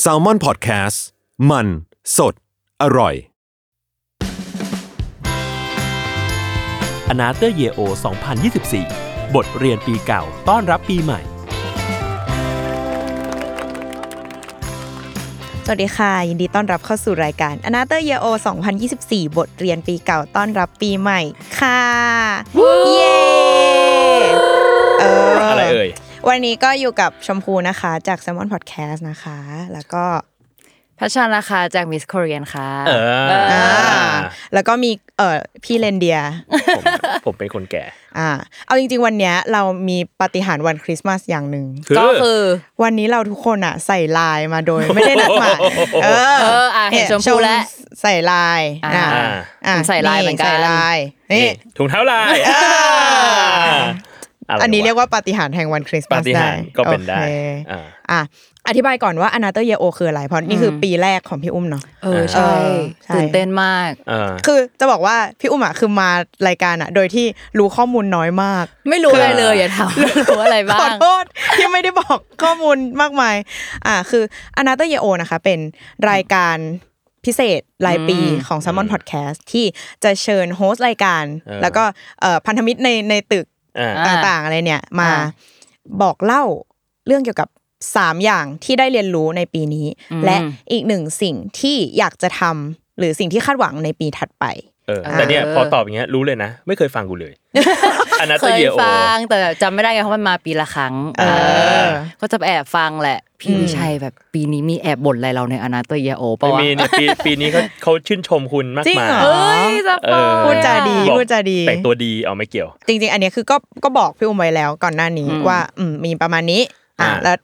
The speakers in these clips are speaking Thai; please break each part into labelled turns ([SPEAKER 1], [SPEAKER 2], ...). [SPEAKER 1] แซลมอนพอดแคสต์มันสดอร่อย
[SPEAKER 2] อนาเตอร์เยโอ2024 บทเรียนปีเก่าต้อนรับปีใหม่
[SPEAKER 3] สวัสดีค่ะ ยินดีต้อนรับเข้าสู่รายการ Another Year O 2024 บทเรียนปีเก่าต้อนรับปีใหม่ค่ะ เย้เอ
[SPEAKER 4] อะไรเอ่ย
[SPEAKER 3] วันนี้ก็อยู่กับชมพูนะคะ จาก Salmon Podcast นะคะ แล้วก็
[SPEAKER 5] พัชชานะคะจากมิสโคเรียนค่ะ
[SPEAKER 4] เออ
[SPEAKER 3] อ่าแล้วก็มีเอ่อพี่เลนเดียร์
[SPEAKER 4] ผมผมเป็นคนแก่
[SPEAKER 3] อ่า เอาจริง ๆ วันเนี้ยเรามีปาฏิหาริย์วันคริสต์มาสอย่างหนึ่ง
[SPEAKER 5] ก็คือ
[SPEAKER 3] วันนี้เราทุกคนอ่ะใส่ลายมาโดยไม่ได้นัดหมายเออ
[SPEAKER 5] เอออ่ะเห็นชมพูแล้ว
[SPEAKER 3] ใส่ลาย
[SPEAKER 5] อ่า
[SPEAKER 3] อ่ะ
[SPEAKER 5] ผมใส่ลายเหมือนกัน
[SPEAKER 3] ใส่ลายนี่
[SPEAKER 4] นี่ถุงเท้าลายะไะ
[SPEAKER 3] อันนี้เรียกว่าปาฏิหาริย์แห่งวันคริสต์มา
[SPEAKER 4] ปา
[SPEAKER 3] ส
[SPEAKER 4] ฏิหา
[SPEAKER 3] ได้
[SPEAKER 4] ริย์ก็เป็นได้
[SPEAKER 3] โอค
[SPEAKER 4] อ่า
[SPEAKER 3] อ่ะอธิบายก่อนว่าอนาเตอร์เยโอคืออะไรเพราะนี่คือปีแรกของพี่อุ้มเนาะ
[SPEAKER 5] เออใช่
[SPEAKER 3] เออใช่
[SPEAKER 5] ตื่นเต้นมาก
[SPEAKER 4] เออ
[SPEAKER 3] คือจะบอกว่าพี่อุ้มอ่ะคือมารายการอ่ะ โดยที่รู้ข้อมูลน้อยมาก
[SPEAKER 5] ไม่รู้อะไรเลยอย่าถามรู้อะไรบ้า
[SPEAKER 3] ของ โทษที่ไม่ได้บอกข้อมูลมากมาย อ่ะคืออนาเตอร์เยโอนะคะ เป็นรายการพิเศษรายปีของ s ซ l m o n Podcast ที่จะเชิญโฮสต์รายการ
[SPEAKER 4] เออ
[SPEAKER 3] แล้วก็เอ่อพันธมิตรในในตึก
[SPEAKER 4] อ่า
[SPEAKER 5] อ่า
[SPEAKER 3] ต่างๆอะไรเนี่ยมา
[SPEAKER 5] อ่า
[SPEAKER 3] บอกเล่าเรื่องเกี่ยวกับ 3 อย่างที่ได้เรียนรู้ในปีนี้
[SPEAKER 5] อืม
[SPEAKER 3] และอีกหนึ่งสิ่งที่อยากจะทำหรือสิ่งที่คาดหวังในปีถัดไป
[SPEAKER 4] เออ แต่เนี่ยพอตอบอย่างเงี้ยรู้เลยนะ ไม่เคยฟังกูเลย อันนั้น
[SPEAKER 5] เค
[SPEAKER 4] ตัวย เดียว
[SPEAKER 5] ฟังแต่จำไม่ได้ไงเพราะมันมาปีละครั้ง
[SPEAKER 3] เออ
[SPEAKER 5] เออก็จะไปแอบฟังแหละ พี่วิชัยแบบปีนี้มีแอบบ่นอะไรเราในอนาเตอร์เยโอปะ
[SPEAKER 4] ไม่
[SPEAKER 5] วะ
[SPEAKER 4] มีเนี่ยปีปีนี้เขาเขาชื่นชมคุณมาก
[SPEAKER 3] จริง
[SPEAKER 4] มา
[SPEAKER 3] เหร
[SPEAKER 4] ย
[SPEAKER 3] อ
[SPEAKER 5] เฮ้ยสปอย
[SPEAKER 4] เออ
[SPEAKER 3] พูดจาดี
[SPEAKER 4] บอก
[SPEAKER 3] พูดจาดี
[SPEAKER 4] แต่งตัวดีเอาไม่เกี่ยว
[SPEAKER 3] จริงๆ อันเนี้ยคือก็ก็บอกพี่อุ้มไว้แล้วก่อนหน้านี้ว่าอืมมีประมาณนี้ อ่ะ
[SPEAKER 4] อ่า
[SPEAKER 3] แล้ว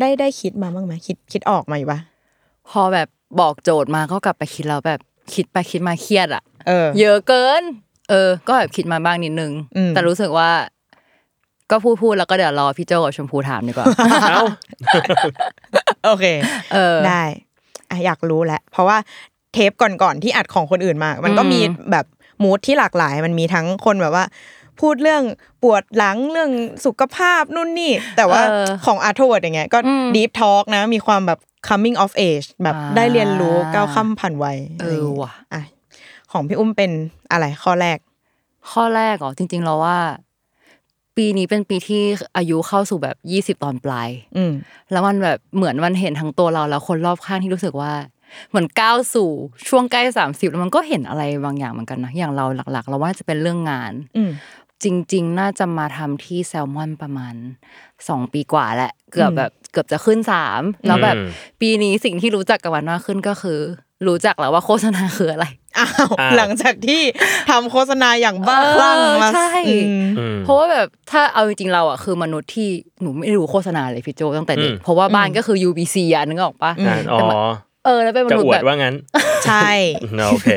[SPEAKER 3] ได้ได้คิดมาบ้างไหมคิดคิดออกมาอยู่ปะ
[SPEAKER 5] พอแบบบอกโจทย์มาก็กลับไปคิดเราแบบคิดไปคิดมาเครียดอ่ะ
[SPEAKER 3] เออ
[SPEAKER 5] เยอะเกิน เออ ก็แบบคิดมาบ้างนิดนึง
[SPEAKER 3] อืม
[SPEAKER 5] แต่รู้สึกว่า ก็พูดพูดแล้วก็เดี๋ยวรอพี่โจกับชมพูถาม ดีกว่า
[SPEAKER 4] เอ้า
[SPEAKER 3] โอเค
[SPEAKER 5] เออ
[SPEAKER 3] ได้อ่ะอยากรู้แหละ เพราะว่าเทปก่อนๆที่อัดของคนอื่นมา มันก็
[SPEAKER 5] อืม
[SPEAKER 3] มีแบบมูทที่หลากหลาย มันมีทั้งคนแบบว่า พูดเรื่องปวดหลังเรื่องสุขภาพนู่นนี่ แต่ว่า
[SPEAKER 5] เออ
[SPEAKER 3] ของอาร์ทเวิร์ดอย่างเงี้ยก็
[SPEAKER 5] อืม
[SPEAKER 3] ดีฟทอล์กนะ มีความแบบ coming of age แบบ
[SPEAKER 5] อ่า
[SPEAKER 3] ได้เรียนรู้ก้าวข้ามผ่านวัย
[SPEAKER 5] เอ
[SPEAKER 3] ไรย่า
[SPEAKER 5] อง
[SPEAKER 3] งี้
[SPEAKER 5] ว่ะ
[SPEAKER 3] อ่ะของพี่อุ้มเป็นอะไรข้อแรก
[SPEAKER 5] ข้อแรกเหรอจริง ๆ เราว่า ปีนี้เป็นปีที่อายุเข้าสู่แบบยี่สิบ20 ตอนปลาย
[SPEAKER 3] อืม
[SPEAKER 5] แล้วมันแบบเหมือนมันเห็นทั้งตัวเราแล้วคนรอบข้างที่รู้สึกว่า เหมือนก้าวสู่ช่วงใกล้สามสิบแล้วมันก็เห็นอะไรบางอย่างเหมือนกันนะอย่างเราหลัก ๆ เราว่าน่าจะเป็นเรื่องงาน
[SPEAKER 3] อืม
[SPEAKER 5] จริง ๆ น่าจะมาทำที่แซลมอนประมาณสองปีกว่าแหละ เกือบแบบเกือบจะขึ้นสามแล้วแบบ
[SPEAKER 4] อืม
[SPEAKER 5] ปีนี้สิ่งที่รู้จักกับมันมากขึ้นก็คือ รู้จักแล้วว่าโฆษณาคืออะไร
[SPEAKER 3] อ้าว
[SPEAKER 4] อ่า
[SPEAKER 3] หลังจากที่ทำโฆษณาอย่างบ้าคลั่งมา
[SPEAKER 5] เออใช่
[SPEAKER 3] อืม
[SPEAKER 4] อืม
[SPEAKER 5] เพราะว่าแบบถ้าเอาจริงๆเราอ่ะคือมนุษย์ที่หนูไม่รู้โฆษณาเลยพี่โจตั้งแต่เด็ก
[SPEAKER 4] อืม
[SPEAKER 5] เพราะว่าบ้านก็คือ UBC อ่ะนึกออกปะ
[SPEAKER 4] อ่าอ๋อ
[SPEAKER 5] เออแล้วเป็นม
[SPEAKER 4] จะ
[SPEAKER 5] นุษ
[SPEAKER 4] อ
[SPEAKER 5] ย์
[SPEAKER 4] วด
[SPEAKER 5] แบบ
[SPEAKER 4] ว่างั้น
[SPEAKER 3] ใช่
[SPEAKER 4] โอเค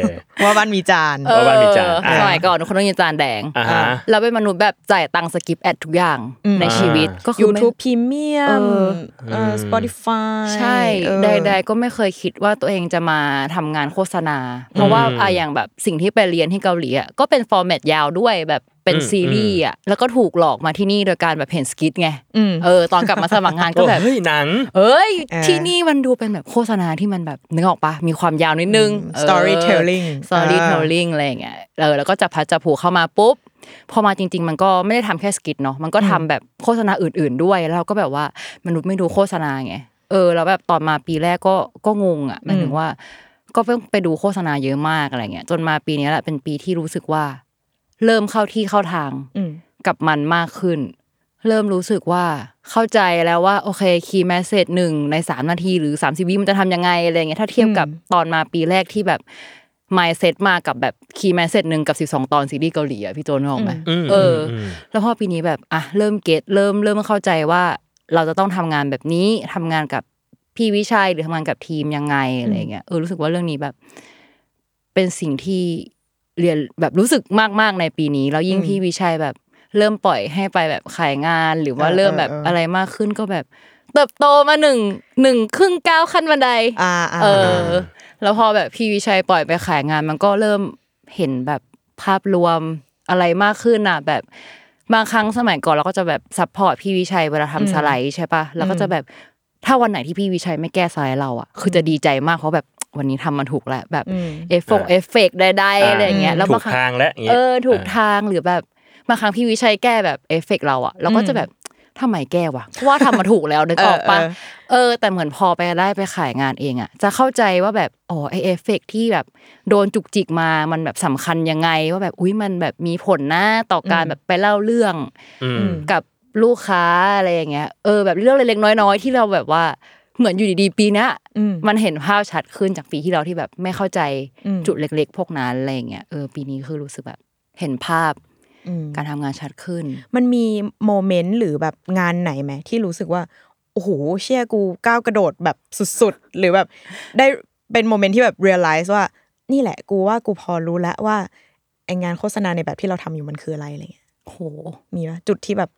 [SPEAKER 3] ว่าบ้านมีจาน
[SPEAKER 5] เออ
[SPEAKER 4] ว่าบ้านมีจานอ่า
[SPEAKER 5] สมัยก่อนทุกคนต้องมีจานแดง
[SPEAKER 4] อ่าฮะ
[SPEAKER 5] แล้วเป็นมนุษย์แบบจ่ายตังค์สกิปแอดทุกอย่าง
[SPEAKER 3] อืม
[SPEAKER 5] ในชีวิตก็คือไม่
[SPEAKER 3] YouTube Premium
[SPEAKER 5] เออ
[SPEAKER 3] เออ Spotify
[SPEAKER 5] ใช่
[SPEAKER 3] เออ
[SPEAKER 5] ใดๆก็ไม่เคยคิดว่าตัวเองจะมาทำงานโฆษณา เพราะว่า
[SPEAKER 4] อืม
[SPEAKER 5] อะอย่างแบบสิ่งที่ไปเรียนที่เกาหลีอ่ะก็เป็นฟอร์แมตยาวด้วยแบบ เป็น
[SPEAKER 4] อืม
[SPEAKER 5] ซีรีส์อ่ะแล้วก็ถูกหลอกมาที่นี่โดยการแบบเห็นสกิทไง
[SPEAKER 3] อืม
[SPEAKER 5] เออตอนกลับมาสมัครงานก็
[SPEAKER 4] ก็แบ
[SPEAKER 5] แบบ บ
[SPEAKER 4] เฮ้ยหนัง
[SPEAKER 5] เอ้ย
[SPEAKER 3] อ่า
[SPEAKER 5] ที่นี่มันดูเป็นแบบโฆษณาที่มันแบบนึกออกปะมีความยาวนิดนึง
[SPEAKER 3] อืม storytelling
[SPEAKER 5] เออ storytelling อะไรอย่างเงี้ยเออแล้วก็จับพลัดจับผลูเข้ามาปุ๊บพอมาจริง ๆ มันก็ไม่ได้ทำแค่สกิทเนาะมันก็ทำแบบโฆษณาอื่น ๆ ด้วยแล้วเราก็แบบว่ามนุษย์ไม่ดูโฆษณาไงเออแล้วแบบตอนมาปีแรกก็ก็งงอ่ะหมายถึงว่า ก็เพิ่งไปดูโฆษณาเยอะมากอะไรเงี้ยจนมาปีนี้แหละเป็นปีที่รู้สึกว่า เริ่มเข้าที่เข้าทาง
[SPEAKER 3] อืม
[SPEAKER 5] กับมันมากขึ้น เริ่มรู้สึกว่าเข้าใจแล้วว่า โอเคคีย์แมสเซจหนึ่งใน 3 นาทีหรือ 30 วิมันจะทำยังไงอะไรเงี้ยถ้าเทียบกับตอนมาปีแรกที่แบบ mindset มากับแบบคีย์แมสเซจหนึ่งกับ 12 ตอนซีรีส์เกาหลีอะพี่โจนกออกไหม
[SPEAKER 4] อืม
[SPEAKER 5] เอออ
[SPEAKER 4] ม
[SPEAKER 5] แล้วพอปีนี้แบบอ่ะเริ่มเก็ตเริ่มเริ่มเข้าใจว่าเราจะต้องทำงานแบบนี้ทำงานกับพี่วิชัยหรือทำงานกับทีมยังไงอะไรเงี้ยเออรู้สึกว่าเรื่องนี้แบบ เป็นสิ่งที่เรียนแบบรู้สึกมากๆในปีนี้ แล้วยิ่งพี่วิชัยแบบ เริ่มปล่อยให้ไปแบบขายงาน หรือว่า
[SPEAKER 3] เออ
[SPEAKER 5] เริ่มแบบ
[SPEAKER 3] เออเอออ
[SPEAKER 5] อะไรมากขึ้นก็แบบ เติบโตมาหนึ่งหนึ่งครึ่งก้าวขั้นบันได
[SPEAKER 3] อ่าอ่า
[SPEAKER 5] เออ แล้วพอแบบพี่วิชัยปล่อยไปขายงานมันก็เริ่มเห็นแบบภาพรวมอะไรมากขึ้นอ่ะ แบบบางครั้งสมัยก่อนเราก็จะแบบซัพพอร์ตพี่วิชัยเวลาทำสไลด์ใช่ปะแล้วก็จะแบบถ้าวันไหนที่พี่วิชัยไม่แก้สไลด์เราอ่ะ คือจะดีใจมากเพราะแบบวันนี้ทำมันถูกแล้วแบบเอฟเฟกต์เอฟเฟกต์ใดๆอะไรอย่างเงี้ยแล้ว
[SPEAKER 4] ถู
[SPEAKER 5] บาง
[SPEAKER 4] ก
[SPEAKER 5] ครั้ง
[SPEAKER 4] ทางแล้วย่างงี้ย
[SPEAKER 5] เออถูกทางหรือแบบบางครั้งพี่วิชัยแก้แบบเอฟเฟกต์เราอะเราก็จะแบบทำไมแก้วะ เพราะว่าทำมาถูกแล้วนึกออกปะเออ แต่เหมือนพอไปได้ไปขายงานเองอะจะเข้าใจว่าแบบอ๋อไอเอฟเฟกต์ที่แบบโดนจุกจิกมามันแบบสำคัญยังไง ว่าแบบอุ้ยมันแบบมีผลนะต่อการแบบไปเล่าเรื่อง
[SPEAKER 4] อืม
[SPEAKER 5] กับลูกค้าอะไรอย่างเงี้ยเออแบบเรื่องเล็กๆน้อยๆที่เราแบบว่าเหมือนอยู่ดีๆปีเนี้ยมันเห็นภาพชัดขึ้นจากปีที่เราที่แบบไม่เข้าใจจุดเล็ก ๆ พวกนั้นอะไรอย่างเงี้ยเออปีนี้คือรู้สึกแบบเห็นภาพการทำงานชัดขึ้น
[SPEAKER 3] มันมีโมเมนต์หรือแบบงานไหนไหมที่รู้สึกว่าโอ้โหเชี่ยกูก้าวกระโดดแบบสุดๆ หรือแบบได้เป็นโมเมนต์ที่แบบ realize ว่านี่แหละกูว่ากูพอรู้แล้วว่าไองานโฆษณาในแบบที่เราทำอยู่มันคืออะไรอะไรเงี้ย
[SPEAKER 5] โห
[SPEAKER 3] มีปะจุดที่แบบ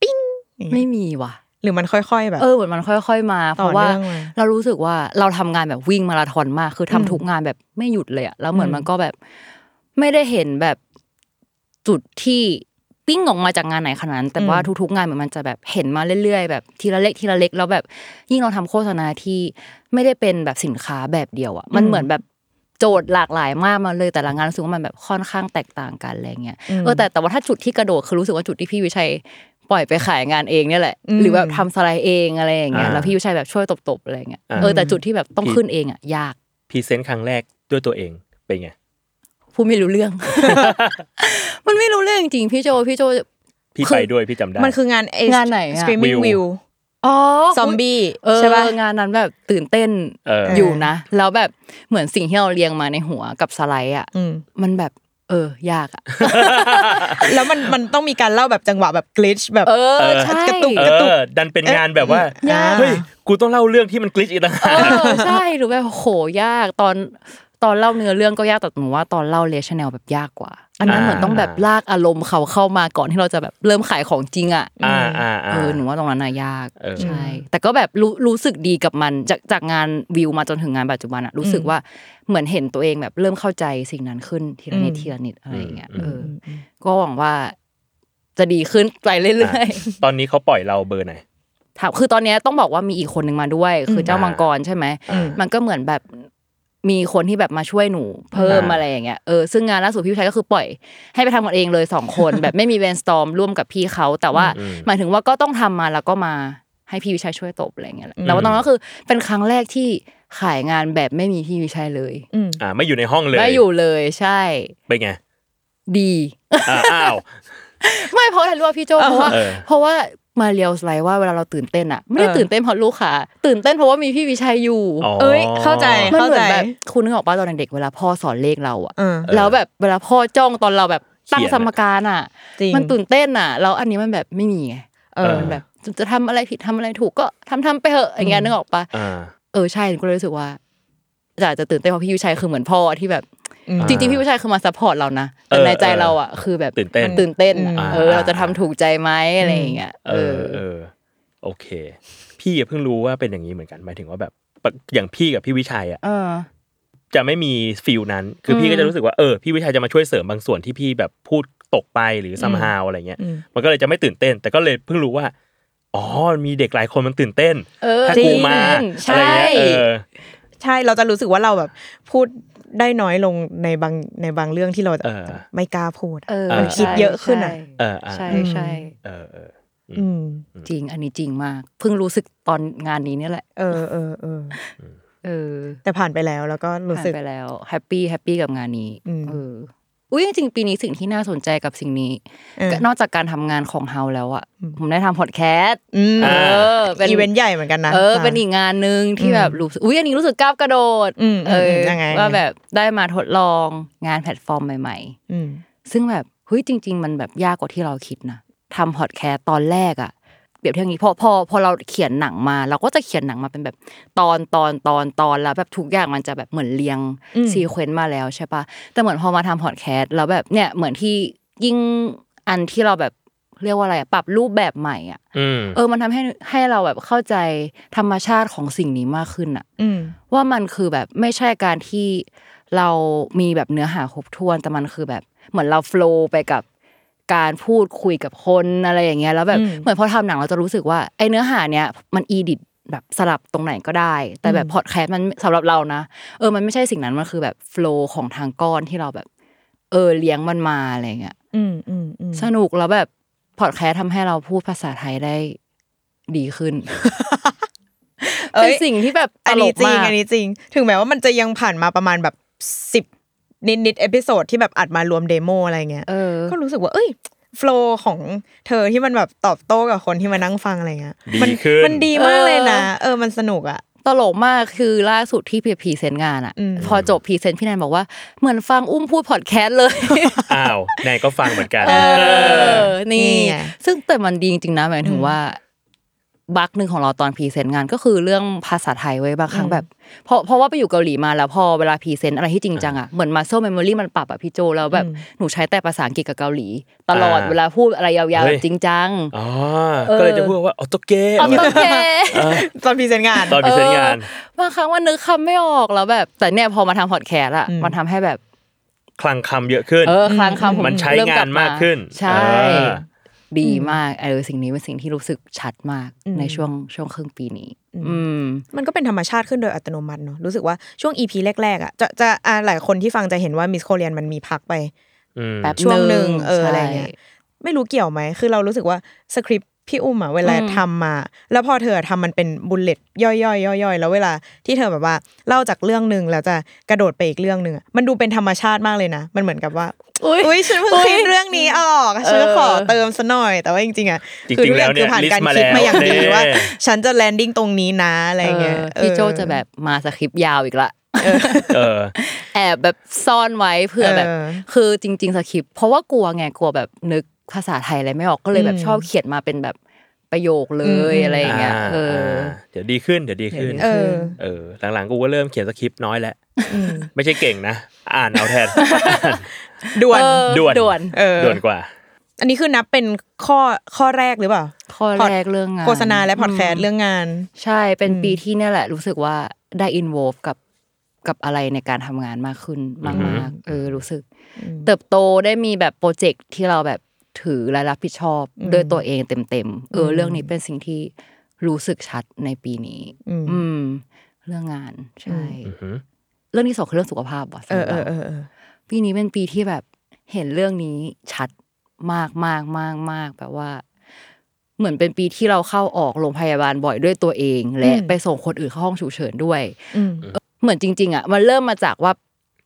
[SPEAKER 3] ปิ้งอย่างเงี้ย
[SPEAKER 5] ไม่มีว่ะ
[SPEAKER 3] หรือมันค่อยๆแบบ
[SPEAKER 5] เออเหมือนมันค่อย ๆ มาเพ
[SPEAKER 3] ต่อ
[SPEAKER 5] ราะว่า
[SPEAKER 3] เนื่องมา
[SPEAKER 5] เรารู้สึกว่าเราทำงานแบบวิ่งมาราธอนมากคือทำทุกงานแบบไม่หยุดเลยอะแล้วเหมือนมันก็แบบไม่ได้เห็นแบบจุดที่ปิ้งออกมาจากงานไหนขนาดนั้นแต่ว่าทุกๆงานเหมือนมันจะแบบเห็นมาเรื่อยๆ แบบทีละเล็กทีละเล็กแล้วแบบยิ่งเราทำโฆษณาที่ไม่ได้เป็นแบบสินค้าแบบเดียวอะมันเหมือนแบบโจทย์หลากหลายมากมาเลยแต่ละงานรู้สึกว่ามันแบบค่อนข้างแตกต่างกันอะไรเงี้ยเออแต่แต่ว่าถ้าจุดที่กระโดดคือรู้สึกว่าจุดที่พี่วิชัยปล่อยไปขายงานเองเนี่ยแหละ
[SPEAKER 3] อืม
[SPEAKER 5] หรือแบบทำ สไลด์เองอะไรอย่างเงี้ย
[SPEAKER 4] อ่า
[SPEAKER 5] แล้วพี่วิชัยแบบช่วยตบๆอะไรอย่างเงี้ย
[SPEAKER 4] อ่า
[SPEAKER 5] เออแต่จุดที่แบบต้องขึ้นเองอ่ะยาก
[SPEAKER 4] พรีเซนต์ครั้งแรกด้วยตัวเองเป็นไง
[SPEAKER 5] พูดไม่รู้เรื่อง มันไม่รู้เรื่องจริงๆพี่โจพี่โจ
[SPEAKER 4] พี่
[SPEAKER 5] คือ
[SPEAKER 4] ไปด้วยพี่จำได้
[SPEAKER 3] มันคืองานเอ
[SPEAKER 5] งานไหนอะ
[SPEAKER 3] screaming
[SPEAKER 4] Will
[SPEAKER 3] view
[SPEAKER 5] อ๋อ
[SPEAKER 3] ซอมบี้
[SPEAKER 5] เออ
[SPEAKER 3] ใช่ปะ
[SPEAKER 5] งานนั้นแบบตื่นเต้น
[SPEAKER 4] เออ
[SPEAKER 5] อยู่นะ แล้วแบบเหมือนสิ่งที่เราเรียงมาในหัวกับสไลด์อ่ะ
[SPEAKER 3] อืม
[SPEAKER 5] มันแบบ เออยากอ่ะ
[SPEAKER 3] แล้วมันมันต้องมีการเล่าแบบจังหวะแบบ glitch แบบ
[SPEAKER 5] เออ
[SPEAKER 4] เออ
[SPEAKER 5] ใช่
[SPEAKER 3] กระตุก
[SPEAKER 4] เอก
[SPEAKER 3] ระตุก
[SPEAKER 4] อ ดันเป็นงานแบบว่า
[SPEAKER 3] ยาก
[SPEAKER 4] เฮ้ย กูต้องเล่าเรื่องที่มันกลิชอีกต่างหา
[SPEAKER 5] เอก อใช่หรือแบบโหยากตอนตอนเล่าเนื้อเรื่องก็ยากแต่หนูว่าตอนเล่าเลชแนลแบบยากกว่า อันนั้นเหมือนต้องแบบลากอารมณ์เขาเข้ามาก่อนที่เราจะแบบเริ่มขายของจริงอ่ะ
[SPEAKER 4] อ่าอ่าอ่า
[SPEAKER 5] เออหนูว่าตรงนั้นน่ะยาก
[SPEAKER 4] เออ
[SPEAKER 5] ใช่ แต่ก็แบบรู้รู้สึกดีกับมันจากจากงานวิวมาจนถึงงานปัจจุบันอะรู้สึกว่าเหมือนเห็นตัวเองแบบเริ่มเข้าใจสิ่งนั้นขึ้นทีละนิดทีละนิดอะไรอย่างเงี้ยเอออก็หวังว่าจะดีขึ้นไปเรื่อย
[SPEAKER 4] ตอนนี้เขาปล่อยเราเบอร์ไหน
[SPEAKER 5] ๆถามคือตอนเนี้ยต้องบอกว่ามีอีกคนหนึ่งมาด้วย คือเจ้ามังกรใช่ไหมมันก็เหมือนแบบมีคนที่แบบมาช่วยหนู เพิ่ม
[SPEAKER 4] อ่า
[SPEAKER 5] อะไรอย่างเงี้ยเออซึ่งงานล่าสุดพี่วิชัยก็คือปล่อยให้ไปทำกันเองเลยสองคน แบบไม่มีเวนสตอมร่วมกับพี่เขาแต่ว่า หมายถึงว่าก็ต้องทำมาแล้วก็มาให้พี่วิชัยช่วยตบอะไรอย่างเงี้ยแหละแต่ว่าตอนนั้นก็คือเป็นครั้งแรกที่ขายงานแบบไม่มีพี่วิชัยเลย
[SPEAKER 4] อ่า ไม่อยู่ในห้องเลย
[SPEAKER 5] ได้อยู่เลยใช่
[SPEAKER 4] เป็นไง
[SPEAKER 5] ดี
[SPEAKER 4] อ่าอ้าว
[SPEAKER 5] ไม่เพราะอะไรรู้ป่ะพี่โจเพราะว่า
[SPEAKER 4] เออ
[SPEAKER 5] เพราะว่ามาเรียวสไลด์ว่าเวลาเราตื่นเต้นอะไม่ได้
[SPEAKER 3] เออ
[SPEAKER 5] ตื่นเต้นเพราะลูกค้าตื่นเต้นเพราะว่ามีพี่วิชัยอยู่
[SPEAKER 4] อ๋อ
[SPEAKER 3] เอ้ยเข้าใจ
[SPEAKER 5] มันเหมือน
[SPEAKER 3] เข้าใจ
[SPEAKER 5] แบบคุณนึกออกป่ะตอนเด็กๆเวลาพ่อสอนเลขเราอะ
[SPEAKER 3] เออ
[SPEAKER 5] แล้วแบบเวลาพ่อจ้องตอนเราแบบตั้ง
[SPEAKER 4] เขียนอะ
[SPEAKER 5] สมการอะ
[SPEAKER 3] จริง
[SPEAKER 5] มันตื่นเต้นอะแล้วอันนี้มันแบบไม่มีไง
[SPEAKER 3] เออ
[SPEAKER 5] มันแบบจะทำอะไรผิดทำอะไรถูกก็ทำทำไปเถอะอย่างเงี้ยนึกออกปะ
[SPEAKER 4] อ่า
[SPEAKER 5] เออใช่หนูก็เลยรู้สึกว่าอาจจะตื่นเต้นเพราะพี่วิชัยคือเหมือนพ่อที่แบบ จริงๆพี่วิชัยคือมาซัพพอร์ตเรานะแต่
[SPEAKER 4] เออ
[SPEAKER 5] ในใจเราอ่ะคือแบบ
[SPEAKER 4] ตื่นเต้น
[SPEAKER 5] ตื่นเต้นอะ
[SPEAKER 4] อ่า
[SPEAKER 5] เออเราจะทำถูกใจไหมอะไรอย่างเงี้ย
[SPEAKER 4] เออเออ โอเค พี่เพิ่งรู้ว่าเป็นอย่างนี้เหมือนกันหมายถึงว่าแบบอย่างพี่กับพี่วิชัยอ่ะ
[SPEAKER 5] เออ
[SPEAKER 4] จะไม่มีฟิลนั้น คือพี่ก็จะรู้สึกว่า เออ พี่วิชัยจะมาช่วยเสริมบางส่วนที่พี่แบบพูดต ตกไปหรือซัมฮาวอะไรเงี้ย
[SPEAKER 3] อืม
[SPEAKER 4] มันก็เลยจะไม่ตื่นเต้น แต่ก็เลยเพิ่งรู้ว่า อ๋อมีเด็กหลายคนมันตื่นเต้น
[SPEAKER 5] เออ
[SPEAKER 4] ถ้ากูมา
[SPEAKER 5] จริง
[SPEAKER 4] อะไรเงี้ย
[SPEAKER 5] ใช่
[SPEAKER 4] เออ
[SPEAKER 3] ใช่เราจะรู้สึกว่าเราแบบพูดได้น้อยลงในบางในบางเรื่องที่เราจะ
[SPEAKER 4] เออ
[SPEAKER 3] ไม่กล้าพูดอะ
[SPEAKER 5] เออ
[SPEAKER 3] มันคิดเยอะขึ้นอ่ะ
[SPEAKER 4] เอออ่ะ
[SPEAKER 5] ใช่ใช่
[SPEAKER 4] เออเออ
[SPEAKER 3] อืม
[SPEAKER 5] จริง อันนี้จริงมาก เพิ่งรู้สึกตอนงานนี้เนี่ยแหละ
[SPEAKER 3] เออเออเออ
[SPEAKER 5] เออ
[SPEAKER 3] แต่ผ่านไปแล้วแล้วก็รู้
[SPEAKER 5] ผ่าน
[SPEAKER 3] สึก
[SPEAKER 5] ไปแล้วแฮปปี้แฮปปี้กับงานนี้
[SPEAKER 3] อืม
[SPEAKER 5] เอออุ้ยจริงๆปีนี้สิ่งที่น่าสนใจกับสิ่งนี้
[SPEAKER 3] เออ
[SPEAKER 5] ก็นอกจากการทำงานของเฮาแล้วอะผมได้ทำพอดแคสต์
[SPEAKER 3] อืม
[SPEAKER 5] เอ
[SPEAKER 4] อ่า
[SPEAKER 5] อ
[SPEAKER 3] อีเวนต์ใหญ่เหมือนกันนะ
[SPEAKER 5] เออเป็นอีกงานหนึ่งที่แบบรู้สึกอุ้ยอันนี้รู้สึกก้าวกระโดด
[SPEAKER 3] อืมอืม
[SPEAKER 5] เอออ
[SPEAKER 3] ยังไง
[SPEAKER 5] ว่าแบบได้มาทดลองงานแพลตฟอร์มใหม่ ๆ
[SPEAKER 3] อืม
[SPEAKER 5] ซึ่งแบบเฮ้ยจริง ๆ มันแบบยากกว่าที่เราคิดนะทำพอดแคสต์ตอนแรกอะเปรียบเทียบอย่างนี้พอพอพอเราเขียนหนังมา เราก็จะเขียนหนังมาเป็นแบบตอนตอนตอนตอนแล้วแบบทุกอย่างมันจะแบบเหมือนเรียงซีเควนต์มาแล้วใช่ปะแต่เหมือนพอมาทำพอดแคสต์แล้วแบบเนี่ยเหมือนที่ยิ่งอันที่เราแบบเรียกว่าอะไรอะปรับรูปแบบใหม่อะ
[SPEAKER 4] อืม
[SPEAKER 5] เออมันทำให้ให้เราแบบเข้าใจธรรมชาติของสิ่งนี้มากขึ้นอะ
[SPEAKER 3] อืม
[SPEAKER 5] ว่ามันคือแบบไม่ใช่การที่เรามีแบบเนื้อหาครบถ้วนแต่มันคือแบบเหมือนเราโฟลว์ไปกับการพูดคุยกับคนอะไรอย่างเงี้ยแล้วแบบ
[SPEAKER 3] อืม
[SPEAKER 5] เหมือนพอทำหนังเราจะรู้สึกว่าไอ้เนื้อหาเนี้ยมันอีดิทแบบสลับตรงไหนก็ได้ แต่แบบพอดแคสต์มันสำหรับเรานะเออมันไม่ใช่สิ่งนั้นมันคือแบบโฟลว์ของทางก้อนที่เราแบบเออเลี้ยงมันมาอะไรอย่างเงี้ย
[SPEAKER 3] อืมอืมอืม
[SPEAKER 5] สนุกแล้วแบบพอดแคสต์ทำให้เราพูดภาษาไทยได้ดีขึ้นเป็นสิ่งที่แบบต
[SPEAKER 3] อัน
[SPEAKER 5] ล
[SPEAKER 3] นี้
[SPEAKER 5] ก
[SPEAKER 3] จริ
[SPEAKER 5] มาง ก
[SPEAKER 3] อันนี้จริง ถึงแม้ว่ามันจะยังผ่านมาประมาณแบบสิบนิดนิดเอพิโซดที่แบบอัดมารวมเดโมอะไรเงี้ย
[SPEAKER 5] เออ
[SPEAKER 3] ก็รู้สึกว่า เอ้ยโฟลของเธอที่มันแบบตอบโต้กับคนที่มานั่งฟังอะไรเงี้ย
[SPEAKER 4] ดี
[SPEAKER 3] มั
[SPEAKER 4] ขึ้น
[SPEAKER 3] มันดีมากเลยนะ เออมันสนุกอ่ะ
[SPEAKER 5] ตลกมากคือล่าสุดที่พีพีเซนต์งานอะ
[SPEAKER 3] อืม
[SPEAKER 5] พอจบพีเซนต์พี่แนนบอกว่าเหมือนฟังอุ้มพูดพอดแคสต์เลย
[SPEAKER 4] อ้าวนายก็ฟังเหมือนกัน
[SPEAKER 5] เออนี่
[SPEAKER 3] ไง
[SPEAKER 5] ซึ่งแต่มันดีจริงๆนะหมายถึงว่าบักหนึ่งของเราตอนพรีเซนต์งานก็คือเรื่องภาษาไทยไว้ยบางครั้งแบบเพราะเพราะว่าไปอยู่เกาหลีมาแล้วพอเวลาพรีเซนต์อะไรที่จริงจังอะเหมือนมาโซเมมโมรี่มันปรับอะพี่โจแล้วแบบหนูใช้แต่ภาษาอังกฤษกับเกาหลี ตลอด
[SPEAKER 4] อ่า
[SPEAKER 5] เวลาพูดอะไรยาวๆ
[SPEAKER 4] เฮ้
[SPEAKER 5] แบ
[SPEAKER 4] ย
[SPEAKER 5] บจริงจัง
[SPEAKER 4] อ๋อ
[SPEAKER 5] เออ
[SPEAKER 4] ก็เลยจะพูดว่าออโตเกะ
[SPEAKER 5] โอเค
[SPEAKER 3] ตอนพรีเซนต์งาน
[SPEAKER 4] ตอนพิเศษงาน
[SPEAKER 5] บางครั้งมันนึกคำไม่ออกแล้วแบบ แต่เนี่ยพอมาทำพอดแคสต์อะมันทำให้แบบ
[SPEAKER 4] คลังคำเยอะขึ้น
[SPEAKER 5] เออคลังคำผม
[SPEAKER 4] มันใช้
[SPEAKER 5] เริ่กลับ
[SPEAKER 4] งานมากขึ้น
[SPEAKER 5] ใช่
[SPEAKER 4] เออ
[SPEAKER 5] ดีมากเออสิ่งนี้เป็นสิ่งที่รู้สึกชัดมากในช่วงช่วงครึ่งปีนี้ อืม
[SPEAKER 3] มันก็เป็นธรรมชาติขึ้นโดยอัตโนมัติเนอะรู้สึกว่าช่วง EP แรกๆอ่ะจะจะอ่าหลายคนที่ฟังจะเห็นว่ามิสโคเรียนมันมีพักไป
[SPEAKER 4] อืม
[SPEAKER 5] แป๊บ
[SPEAKER 3] ช่วงหนึ่ง
[SPEAKER 5] หนึ่ง
[SPEAKER 3] เออ
[SPEAKER 5] ใช่
[SPEAKER 3] อะไรเงี้ยไม่รู้เกี่ยวไหมคือเรารู้สึกว่าสคริปต์พี่อุ้มอ่ะเวลาทำมา แล้วพอเธอทำมันเป็นบุลเลตย่อยๆย่อยๆแล้วเวลาที่เธอแบบว่าเล่าจากเรื่องหนึ่งแล้วจะกระโดดไปอีกเรื่องหนึ่งอะมันดูเป็นธรรมชาติมากเลยนะ มันเหมือนกับว่า
[SPEAKER 5] อุ๊ย
[SPEAKER 3] ยฉันเพิ่ง
[SPEAKER 5] อุ๊ย
[SPEAKER 3] คิดเรื่องนี้ออกฉันขอเติมซะหน่อย แต่ว่าจริงๆอ่ะ
[SPEAKER 4] จริงๆ
[SPEAKER 3] คืทุกอย่าง
[SPEAKER 4] แล้วเนี่ย
[SPEAKER 3] คือผ่านการ
[SPEAKER 4] list มา
[SPEAKER 3] คิดมาอย่างดี
[SPEAKER 4] แล้ว
[SPEAKER 3] ว่า
[SPEAKER 4] เน่
[SPEAKER 3] ฉันจะแลนดิ้งตรงนี้นะอะไรเงี้ย
[SPEAKER 5] เออ
[SPEAKER 3] เออ
[SPEAKER 5] พี่โจจะแบบมาสคริปต์ยาวอีกละ
[SPEAKER 4] เออ
[SPEAKER 5] แอบแบบซ่อนไว้เผื่อแบบ
[SPEAKER 3] เออ
[SPEAKER 5] คือจริง ๆสคริปต์เพราะว่ากลัวไงกลัวแบบนึกภาษาไทยอะไรไม่ออกก็เลยแบบชอบเขียนมาเป็นแบบประโยคเลยอะไรอย่างเงี้ยเอออ
[SPEAKER 4] เดี๋ยวดีขึ้นเดี๋ยวดีขึ้น
[SPEAKER 3] เออ
[SPEAKER 4] เออ หลังๆกูก็เริ่มเขียนสคริปต์น้อยแล้วไม่ใช่เก่งนะ อ่านเอาแทน
[SPEAKER 3] ด่วน
[SPEAKER 5] เออ
[SPEAKER 4] ด่วน
[SPEAKER 5] ด่วน
[SPEAKER 3] เออ
[SPEAKER 4] ด่วนกว่า
[SPEAKER 3] อันนี้คือนับเป็นข้อข้อแรกหรือเปล่า
[SPEAKER 5] ข้อ
[SPEAKER 3] พอด
[SPEAKER 5] แรกเรื่องงาน
[SPEAKER 3] โฆษณาและพอดแคสต์เรื่องงาน
[SPEAKER 5] ใช่ เป็นปีที่เนี่ยแหละรู้สึกว่าได้อินวอลกับกับอะไรในการทำงานมากขึ้นมากๆเออรู้สึก เติบโตได้มีแบบโปรเจกต์ที่เราแบบถือและรับผิดชอบด้วยตัวเองเต็มๆเอออเรื่องนี้เป็นสิ่งที่รู้สึกชัดในปีนี้ อืม เรื่องงานใช่ เรื่องที่สองคือเรื่องสุขภาพว่ะสำ
[SPEAKER 3] เออ
[SPEAKER 5] หรับ
[SPEAKER 3] เออ
[SPEAKER 5] เรา
[SPEAKER 3] เออเออ
[SPEAKER 5] ปีนี้เป็นปีที่แบบเห็นเรื่องนี้ชัดมากมากมากมากแบบว่า เหมือนเป็นปีที่เราเข้าออกโรงพยาบาลบ่อยด้วยตัวเอง และไปส่งคนอื่นเข้าห้องฉุกเฉินด้วย
[SPEAKER 3] อืม
[SPEAKER 5] เออเหมือนจริง ๆอ่ะมันเริ่มมาจากว่า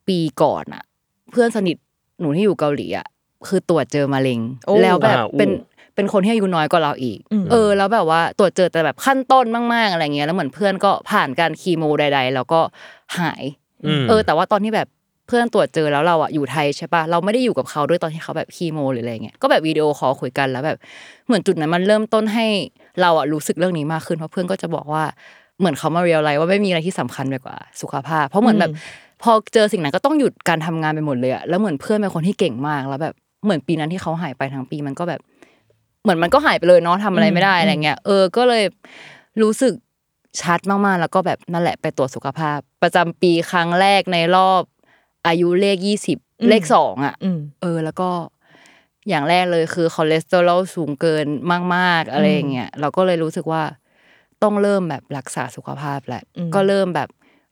[SPEAKER 5] ปีก่อนอ่ะ เพื่อนสนิทหนูที่อยู่เกาหลีอ่ะคือตรวจเจอมะเร็ง แล้วแบบ
[SPEAKER 4] อ่าอู้
[SPEAKER 5] เป็นเป็นคนที่อายุน้อยกว่าเราอีก เออ แล้วแบบว่าตรวจเจอแต่แบบขั้นต้นมากๆอะไรเงี้ยแล้วเหมือนเพื่อนก็ผ่านการคีโมใด ๆ แล้วก็หาย
[SPEAKER 4] ม
[SPEAKER 5] เออแต่ว่าตอนที่แบบเพื่อนตรวจเจอแล้วเราอะอยู่ไทยใช่ปะเราไม่ได้อยู่กับเขาด้วยตอนที่เขาแบบคีโมหรืออะไรเงี้ยก็แบบวิดีโอคอลคุยกันแล้วแบบ เหมือนจุดนั้นมันเริ่มต้นให้เราอะรู้สึกเรื่องนี้มากขึ้นเพราะเพื่อนก็จะบอกว่าเหมือนเขามาเรียลไลว่าไม่มีอะไรที่สำคัญไปกว่าสุขภาพ เพราะเหมือนแบบพอเจอสิ่งนั้นก็ต้องหยุดการทำงานไปหมดเลยอะแล้วเหมือนเพื่อนเป็นคนที่เก่งมากแล้วแบบเหมือนปีนั้นที่เขาหายไปทั้งปีมันก็แบบ เหมือนมันก็หายไปเลยเนาะทำอะไรไม่ได้อะไรเงี้ยเออก็เลยรู้สึกชัดมากๆ แล้วก็แบบนั่นแหละไปตรวจสุขภาพ ประจำปีครั้งแรกในรอบอายุเลขยี่สิบเลขสองอ่ะ
[SPEAKER 3] อืม
[SPEAKER 5] เออ แล้วก็ อย่างแรกเลยคือคอเลสเตอรอลสูงเกินมากๆอะไรอย่างเงี้ยเราก็เลยรู้สึกว่าต้องเริ่มแบบรักษาสุขภาพแหละ
[SPEAKER 3] อืม
[SPEAKER 5] ก็เริ่มแบบ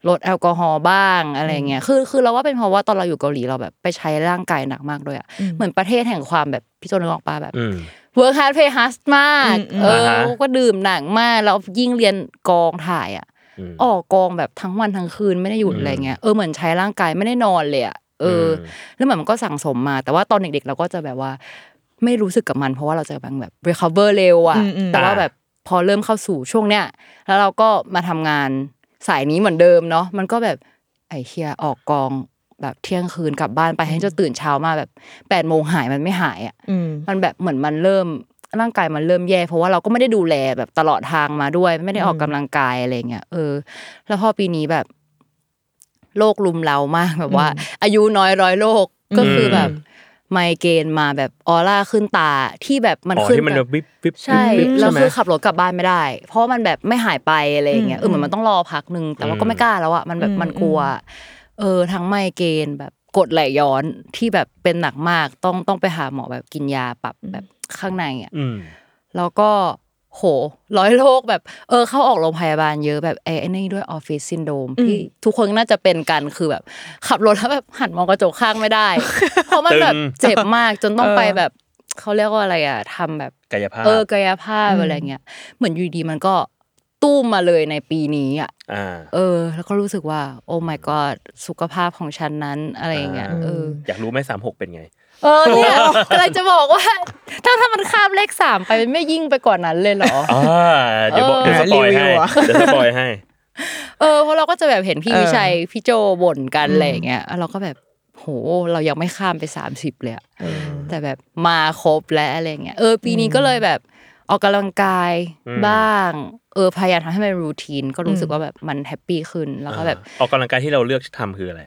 [SPEAKER 5] ลดแอลกอฮอล์บ้างอะไรอย่างเงี้ยคือคือเราว่าเป็นเพราะว่าตอนเราอยู่เกาหลีเราแบบไปใช้ร่างกายหนักมากด้วยอ่ะเหมือนประเทศแห่งความแบบพี่โจนึกออกปะแบบ
[SPEAKER 4] อืม
[SPEAKER 5] เวิร์คฮาร์ดเพย์ฮัสมาก
[SPEAKER 3] อืม
[SPEAKER 5] เออ
[SPEAKER 4] อ่าฮะ
[SPEAKER 5] ก็ดื่มหนังมาก แล้วยิ่งเรียนกองถ่ายอ่ะ
[SPEAKER 4] อืม
[SPEAKER 5] ออกกองแบบทั้งวันทั้งคืนไม่ได้หยุด
[SPEAKER 4] อืม
[SPEAKER 5] อะไรเงี้ย เออเหมือนใช้ร่างกายไม่ได้นอนเลยอ่ะ เอออแล้วเหมือนมันก็สั่งสมมา แต่ว่าตอนเด็กๆเราก็จะแบบว่า ไม่รู้สึกกับมัน เพราะว่าเราจะกำลังแบบ recover เร็วอ่ะ
[SPEAKER 3] อืมอืม
[SPEAKER 5] แต่ว่าแบบพอเริ่มเข้าสู่ช่วงเนี้ย แล้วเราก็มาทำงานสายนี้เหมือนเดิมเนาะ มันก็แบบไอ้เฮียออกกองแบบเที่ยงคืนกลับบ้านไปให้จะตื่นเช้ามาแบบแปดโมงหายมันไม่หายอ่ะ
[SPEAKER 3] อืม
[SPEAKER 5] มันแบบเหมือนมันเริ่มร่างกายมันเริ่มแย่ เพราะว่าเราก็ไม่ได้ดูแลแบบตลอดทางมาด้วย ไม่ได้ออกกำลังกายอะไรเงี้ยเออ แล้วพอปีนี้แบบ โรคลุมเรามากแบบว่า อายุน้อยร้อยโรคก็คือแบบ ไมเกรนมาแบบออร่าขึ้นตาที่แบบมัน
[SPEAKER 4] อ๋อ
[SPEAKER 5] ขึ้น
[SPEAKER 4] ที่มัน
[SPEAKER 5] แบบ
[SPEAKER 4] วิบวิบ
[SPEAKER 5] ใช่
[SPEAKER 4] วิบ
[SPEAKER 5] แล้ว
[SPEAKER 4] ใช่ไหม
[SPEAKER 5] คือขับรถกลับบ้านไม่ได้ เพราะมันแบบไม่หายไปอะไรอย่างเงี้ยเออเหมือนมันต้องรอพักหนึ่งแต่ว่าก็ไม่กล้าแล้วอะมันแบบ
[SPEAKER 3] อืม
[SPEAKER 5] มันกลัว เออทั้งไมเกรนแบบกดไหลย้อนที่แบบเป็นหนักมากต้องต้องไปหาหมอแบบกินยาปรับแบบข้างในอ่ะ
[SPEAKER 4] อืม
[SPEAKER 5] แล้วก็โหร้อยโรคแบบ เออเข้าออกโรงพยาบาลเยอะแบบไอ้ไอ้นี่ด้วยออฟฟิศซินโดมที่ทุกคนน่าจะเป็นกันคือแบบ ขับรถแล้วแบบหันมองกระจกข้างไม่ ได้ เพราะมันแบบ
[SPEAKER 4] ตึง
[SPEAKER 5] เจ็บมากจนต้องไปแบบเขาเรียกว่าอะไรอ่ะทำแบบ
[SPEAKER 4] กายภาพ
[SPEAKER 5] เออกายภาพอะไรเงี้ยเหมือนอยู่ดีมันก็ตู้มมาเลยในปีนี้อ่ะ
[SPEAKER 4] อ่า
[SPEAKER 5] เออ แล้วก็รู้สึกว่า โอ้ my god สุขภาพของฉันนั้นอะไรอย่างเงี้ย
[SPEAKER 4] อ่า
[SPEAKER 5] เออ
[SPEAKER 4] อยากรู้ไหมสามหกเป็นไง
[SPEAKER 5] เออเนี่ยกำลังจะบอกว่า ถ้าถ้ามันข้ามเลขสามไปมันไม่ยิ่งไปกว่านั้นเลยเหรอ
[SPEAKER 4] อ่าเดี๋ยวบอก
[SPEAKER 5] เออ
[SPEAKER 4] เดี๋ยวสปอย
[SPEAKER 3] รี
[SPEAKER 4] ให้
[SPEAKER 3] วิวอะ
[SPEAKER 4] เดี๋ยวสปอยให้
[SPEAKER 5] เออเพราะเราก็จะแบบเห็นพี่
[SPEAKER 3] เออ
[SPEAKER 5] วิชัยพี่โจบ่นกันอะไรอย่างเงี้ยแล้วเราก็แบบโหเรายังไม่ข้ามไปสามสิบเลยอะแต่แบบมาครบแล้วอะไรอย่างเงี้ยเออปีนี้ก็เลยแบบออกกำลังกาย
[SPEAKER 4] อืม
[SPEAKER 5] บ้าง เออพยายามทำให้มันรูทีนก็รู้สึกว่าแบบมันแฮปปี้ขึ้นแล้วก็แบบ
[SPEAKER 4] ออกกำลังกายที่เราเลือกทำคืออะไร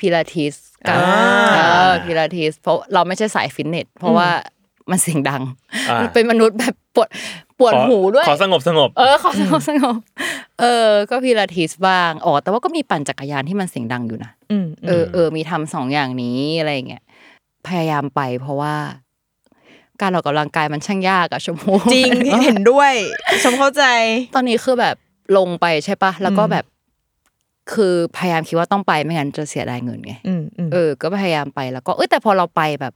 [SPEAKER 5] พิลาทิสกัน
[SPEAKER 4] อ่า
[SPEAKER 5] เออพิลาทิสเพราะเราไม่ใช่สายฟิตเนสเพราะว่ามันเสียงดัง
[SPEAKER 4] อ่ามั
[SPEAKER 5] มันเป็นมนุษย์แบบปวดปวด
[SPEAKER 4] ขอ
[SPEAKER 5] หูด้วย
[SPEAKER 4] ขอสงบสงบ
[SPEAKER 5] เออขอสงบสงบเออ ก็พิลาทิสบ้างอ๋อแต่ว่าก็มีปั่นจักรยานที่มันเสียงดังอยู่นะ
[SPEAKER 3] อืม
[SPEAKER 5] เออเออมีทำสองอย่างนี้อะไรอย่างเงี้ยพยายามไปเพราะว่า การออกกำลังกายมันช่างยากอะชมพู
[SPEAKER 3] จริง เห็นด้วยชมเข้าใจ
[SPEAKER 5] ตอนนี้คือแบบลงไปใช่ปะแล้วก็แบบ คือพยายามคิดว่าต้องไปไม่งั้นจะเสียดายเงินไง
[SPEAKER 3] อืมอืม
[SPEAKER 5] เออ ก็พยายามไปแล้วก็ เอ้ยแต่พอเราไปแบบ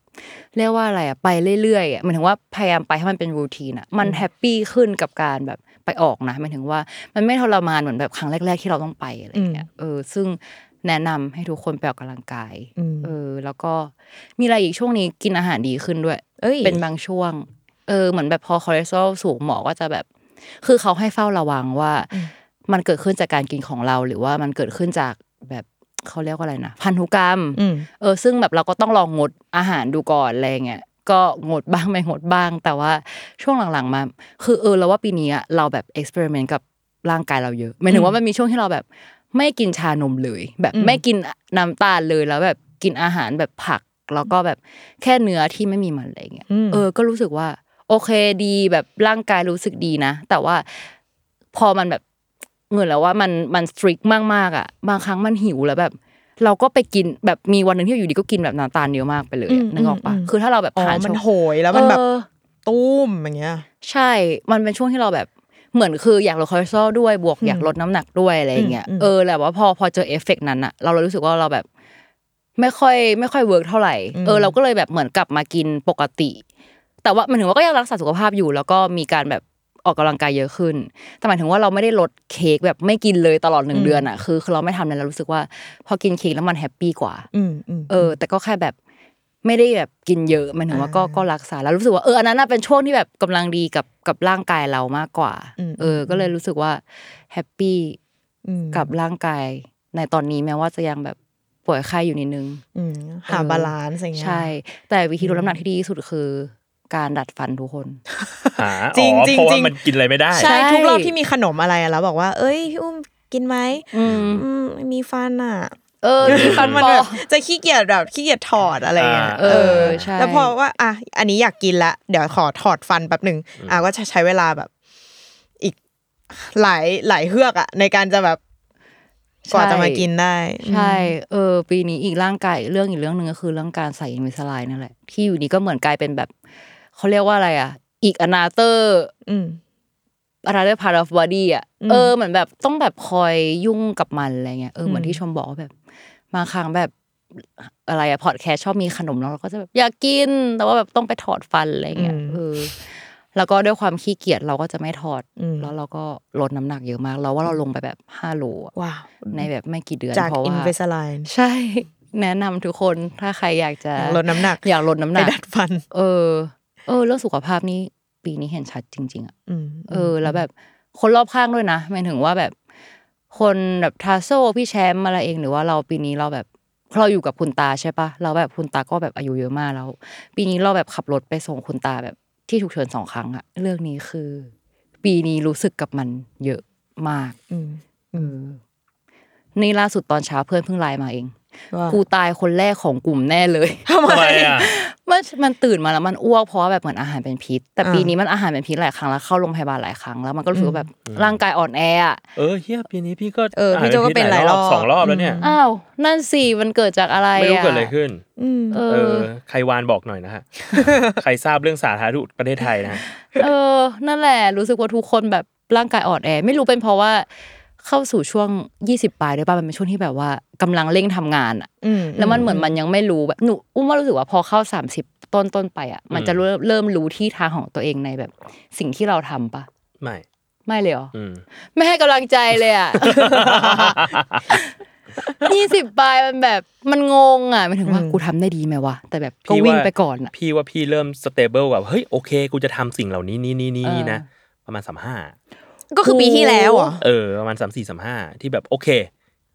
[SPEAKER 5] เรียกว่าอะไรอะไปเรื่อยๆอะหมายถึงว่าพยายามไปให้มันเป็นรูทีนอะมันแฮปปี้ขึ้นกับการแบบไปออกนะหมายถึงว่ามันไม่ทรมานเหมือนแบบครั้งแรก ๆ ที่เราต้องไปอะไรอย่างเงี้ย เออ ซึ่งแนะนำให้ทุกคนไปออกกำลังกาย
[SPEAKER 3] อืม
[SPEAKER 5] เออ แล้วก็มีอะไรอีกช่วงนี้กินอาหารดีขึ้นด้วย
[SPEAKER 3] เอ้ย
[SPEAKER 5] เป็นบางช่วง เออ เหมือนแบบพอคอเลสเตอรอลสูงหมอก็จะแบบ คือเขาให้เฝ้าระวังว่า มันเกิดขึ้นจากการกินของเราหรือว่ามันเกิดขึ้นจากแบบเขาเรียกว่าอะไรนะพันธุกรรม
[SPEAKER 3] อืม
[SPEAKER 5] เออซึ่งแบบเราก็ต้องลองงดอาหารดูก่อนอะไรเงี้ยก็งดบ้างไม่งดบ้าง แต่ว่าช่วงหลังๆมา คือเออเราว่าปีนี้อะเราแบบเอ็กซ์เพร์เมนต์กับร่างกายเราเยอะหมายถึงว่ามันมีช่วงที่เราแบบไม่กินชานมเลย แบบไม่กินน้ำตาลเลยแล้วแบบกินอาหารแบบผัก แล้วก็แบบแค่เนื้อที่ไม่มีมันอะไรเงี้ย
[SPEAKER 3] อืม
[SPEAKER 5] เออก็รู้สึกว่า โอเคดีแบบร่างกายรู้สึกดีนะ แต่ว่าพอมันแบบเหมือนแล้วว่ามันมันสตริกมากๆอ่ะบางครั้งมันหิวแล้วแบบ เราก็ไปกินแบบมีวันหนึ่งที่อยู่ดีก็กินแบบน้ำตาลเยอะมากไปเลยอะ
[SPEAKER 3] อืม
[SPEAKER 5] นึกออกปะ
[SPEAKER 3] อืม
[SPEAKER 5] คือถ้าเราแบบ
[SPEAKER 3] อ๋อ
[SPEAKER 5] ทาน
[SPEAKER 3] มัน
[SPEAKER 5] ช่วง
[SPEAKER 3] โหยแล้วมันแบบ
[SPEAKER 5] เออ
[SPEAKER 3] ตุ้มอย่างเงี้ย
[SPEAKER 5] ใช่ มันเป็นช่วงที่เราแบบเหมือนคืออยากลดคอเลสเตอรอลด้วยบวกอยากลดน้ำหนักด้วยอะไรอย่างเงี้ย
[SPEAKER 3] อืมอืม
[SPEAKER 5] เออแต่ว่าพอพอเจอเอฟเฟกต์นั้นอะเราเลยรู้สึกว่าเราแบบ ไม่ค่อยไม่ค่อยเวิร์กเท่าไหร่เออเราก็เลยแบบเหมือนกลับมากินปกติ แต่ว่าหมันถึงว่าก็ยังรักษาสุขภาพอยู่ แล้วก็มีการแบบออกกำลังกายเยอะขึ้น แต่หมายถึงว่าเราไม่ได้ลดเค้กแบบไม่กินเลยตลอดหนึ่งเดือนอะคือคือเราไม่ทำเลยเรารู้สึกว่า พอกินเค้กแล้วมันแฮปปี้กว่า
[SPEAKER 3] อืมอืม
[SPEAKER 5] เออแต่ก็แค่แบบไม่ได้แบบกินเยอะหมันถึงว่าก็ก็รักษาแล้วรู้สึกว่าเอออันนั้นน่ะเป็นช่วงที่แบบกำลังดีกับกับร่างกายเรามากกว่า
[SPEAKER 3] อืม
[SPEAKER 5] เออ ก็เลยรู้สึกว่าแฮปปี้
[SPEAKER 3] อืม
[SPEAKER 5] กับร่างกายในตอนนี้แม้ว่าจะยังแบบป่วยไข้อยู่นิดนึง
[SPEAKER 3] อืมหาบาลานซ์อย่างเงี้ย
[SPEAKER 5] ใช่ แต่วิธีลดน้ำหนักที่ดีที่สุดคือ การดัดฟันทุกคน
[SPEAKER 4] หา
[SPEAKER 3] จริง
[SPEAKER 4] อ๋อ
[SPEAKER 3] จริง
[SPEAKER 4] เพราะว่า
[SPEAKER 3] จริง
[SPEAKER 4] มันกินอะไรไม่ได้
[SPEAKER 5] ใช่
[SPEAKER 3] ใช่ทุกรอบที่มีขนมอะไรอะแล้วบอกว่า เอ้ยพี่อุ้มกินไหม
[SPEAKER 5] อืม
[SPEAKER 3] อืมมีฟันอ่ะ
[SPEAKER 5] เออมีฟัน
[SPEAKER 3] มัน
[SPEAKER 5] ปล
[SPEAKER 3] แบ
[SPEAKER 5] อบ ม
[SPEAKER 3] จะขี้เกียจแบบขี้เกียจถอดอะไรเงี้ย
[SPEAKER 4] อ่า
[SPEAKER 5] เออใช่
[SPEAKER 3] แล้วพอว่าอ่ะอันนี้อยากกินละเดี๋ยวขอถอดฟันแป๊บหนึ่งอ่ะก็จะใช้เวลาแบบ อีกหลายหลายเฮือกอะในการจะแบบ กว่าจะมากินได้
[SPEAKER 5] ใช่ เออ ปีนี้อีกร่างกายอีกเรื่องอีกเรื่องหนึ่งก็คือเรื่องการใส่อินวิสไลน์นั่นแหละ ที่อยู่ดีก็เหมือนกลายเป็นแบบเขาเรียกว่าอะไรอ่ะ อีกอนาเตอร์
[SPEAKER 3] อืม
[SPEAKER 5] อนาเตอร์พาร์ทอฟบอดี้อ่ะ
[SPEAKER 3] อืม
[SPEAKER 5] เออ เหมือนแบบต้องแบบคอยยุ่งกับมันอะไรเงี้ย เออ เหมือ
[SPEAKER 3] อืม
[SPEAKER 5] นที่ชมบอกว่าแบบบางครั้งแบบอะไรอะพอดแคสชอบมีขนมเนาะเราก็จะแบบอยากกิน แต่ว่าแบบต้องไปถอดฟันอะไรเงี้ย เออ แล้วก็ด้วยความขี้เกียจเราก็จะไม่ถอด
[SPEAKER 3] อืม
[SPEAKER 5] แล้วเราก็ลดน้ำหนักเยอะมาก เราว่าเราลงไปแบบห้าโลอะ
[SPEAKER 3] ว้าว
[SPEAKER 5] ในแบบไม่กี่เดือน
[SPEAKER 3] จาก
[SPEAKER 5] เพราะ
[SPEAKER 3] อิน
[SPEAKER 5] ว่า
[SPEAKER 3] เวสไลน์
[SPEAKER 5] ใช่ แนะนำทุกคน ถ้าใครอยากจะ
[SPEAKER 3] ลดน้ำหนัก
[SPEAKER 5] อยากลดน้ำหนัก
[SPEAKER 3] ไปดัดฟัน
[SPEAKER 5] เออ เออ เรื่องสุขภาพนี่ปีนี้เห็นชัดจริง ๆอ่ะ
[SPEAKER 3] อืม
[SPEAKER 5] เออ แล้วแบบคนรอบข้างด้วยนะหมายถึงว่าแบบ คนแบบทาโซ่พี่แชมป์อะไรเองหรือว่าเราปีนี้เราแบบเราอยู่กับคุณตาใช่ปะเราแบบคุณตาก็แบบอายุเยอะมากแล้ว ปีนี้เราแบบขับรถไปส่งคุณตาแบบที่ถูกเชิญสองครั้งอะเรื่องนี้คือ ปีนี้รู้สึกกับมันเยอะมาก
[SPEAKER 3] อืมอืม
[SPEAKER 5] นี่ล่าสุดตอนเช้าเพื่อนเพิ่งไลน์มาเอง
[SPEAKER 3] ว่า
[SPEAKER 5] กูตายคนแรกของกลุ่มแน่เลย
[SPEAKER 4] ทำไมอ่ะ
[SPEAKER 5] มันมันตื่นมาแล้วมันอ้วกเพราะว่าแบบเหมือนอาหารเป็นพิษ แต่
[SPEAKER 3] อ่า
[SPEAKER 5] ปีนี้มันอาหารเป็นพิษหลายครั้งแล้วเข้าโรงพยาบาลหลายครั้งแล้วมันก็รู้สึกว่าแบบร่างกายอ่อนแออะ
[SPEAKER 4] เออเฮียปีนี้พี่ก็
[SPEAKER 3] เออพี่โจก็เป็นหลายรอบ
[SPEAKER 4] สองรอบแล้วเนี่ย
[SPEAKER 5] อ้าวนั่นสิมันเกิดจากอะไร
[SPEAKER 4] ไม่รู้
[SPEAKER 5] อะ
[SPEAKER 4] เกิดอะไรขึ้น
[SPEAKER 3] อืม
[SPEAKER 5] เอ
[SPEAKER 4] เอ
[SPEAKER 5] อ
[SPEAKER 4] อ ใครวานบอกหน่อยนะฮะ ใครทราบเรื่องสาธารณสุขประเทศไทยนะฮะ
[SPEAKER 5] เออ นั่นแหละ รู้สึกว่าทุกคนแบบร่างกายอ่อนแอ ไม่รู้เป็นเพราะว่าเข้าสู่ช่วง 20ปลายด้วยป่ะมันเป็นช่วงที่แบบว่ากำลังเร่งทำงานอะ
[SPEAKER 3] อืม
[SPEAKER 5] แล้วมันเหมือนมันยังไม่รู้แบบหนูอุ้มว่ารู้สึกว่าพอเข้า 30 ต้นต้นๆไปอ่ะ มันจะเริ่มเริ่มรู้ที่ทางของตัวเองในแบบ สิ่งที่เราทำปะ
[SPEAKER 4] ไม่
[SPEAKER 5] ไม่เลยเหรอ
[SPEAKER 4] อืม
[SPEAKER 5] ไม่ให้กำลังใจเลยอ่ะ ยี่สิบปลายมันแบบมันงงอ่ะหมันถึงว่า
[SPEAKER 3] อืม
[SPEAKER 5] กูทำได้ดีไหมวะแต่แบบก็
[SPEAKER 4] พี่
[SPEAKER 5] วิ่งไปก่อนอ่ะ
[SPEAKER 4] พี่ว่าพี่เริ่มสเตเบิลแบบเฮ้ยโอเค กูจะทำสิ่งเหล่านี้นี่นี่นี่นี่นะ ประมาณสามห้า
[SPEAKER 3] ก็คือปีที่แล้วเหรอ่ะ
[SPEAKER 4] เออประมาณสามสี่สามห้าที่แบบโอเค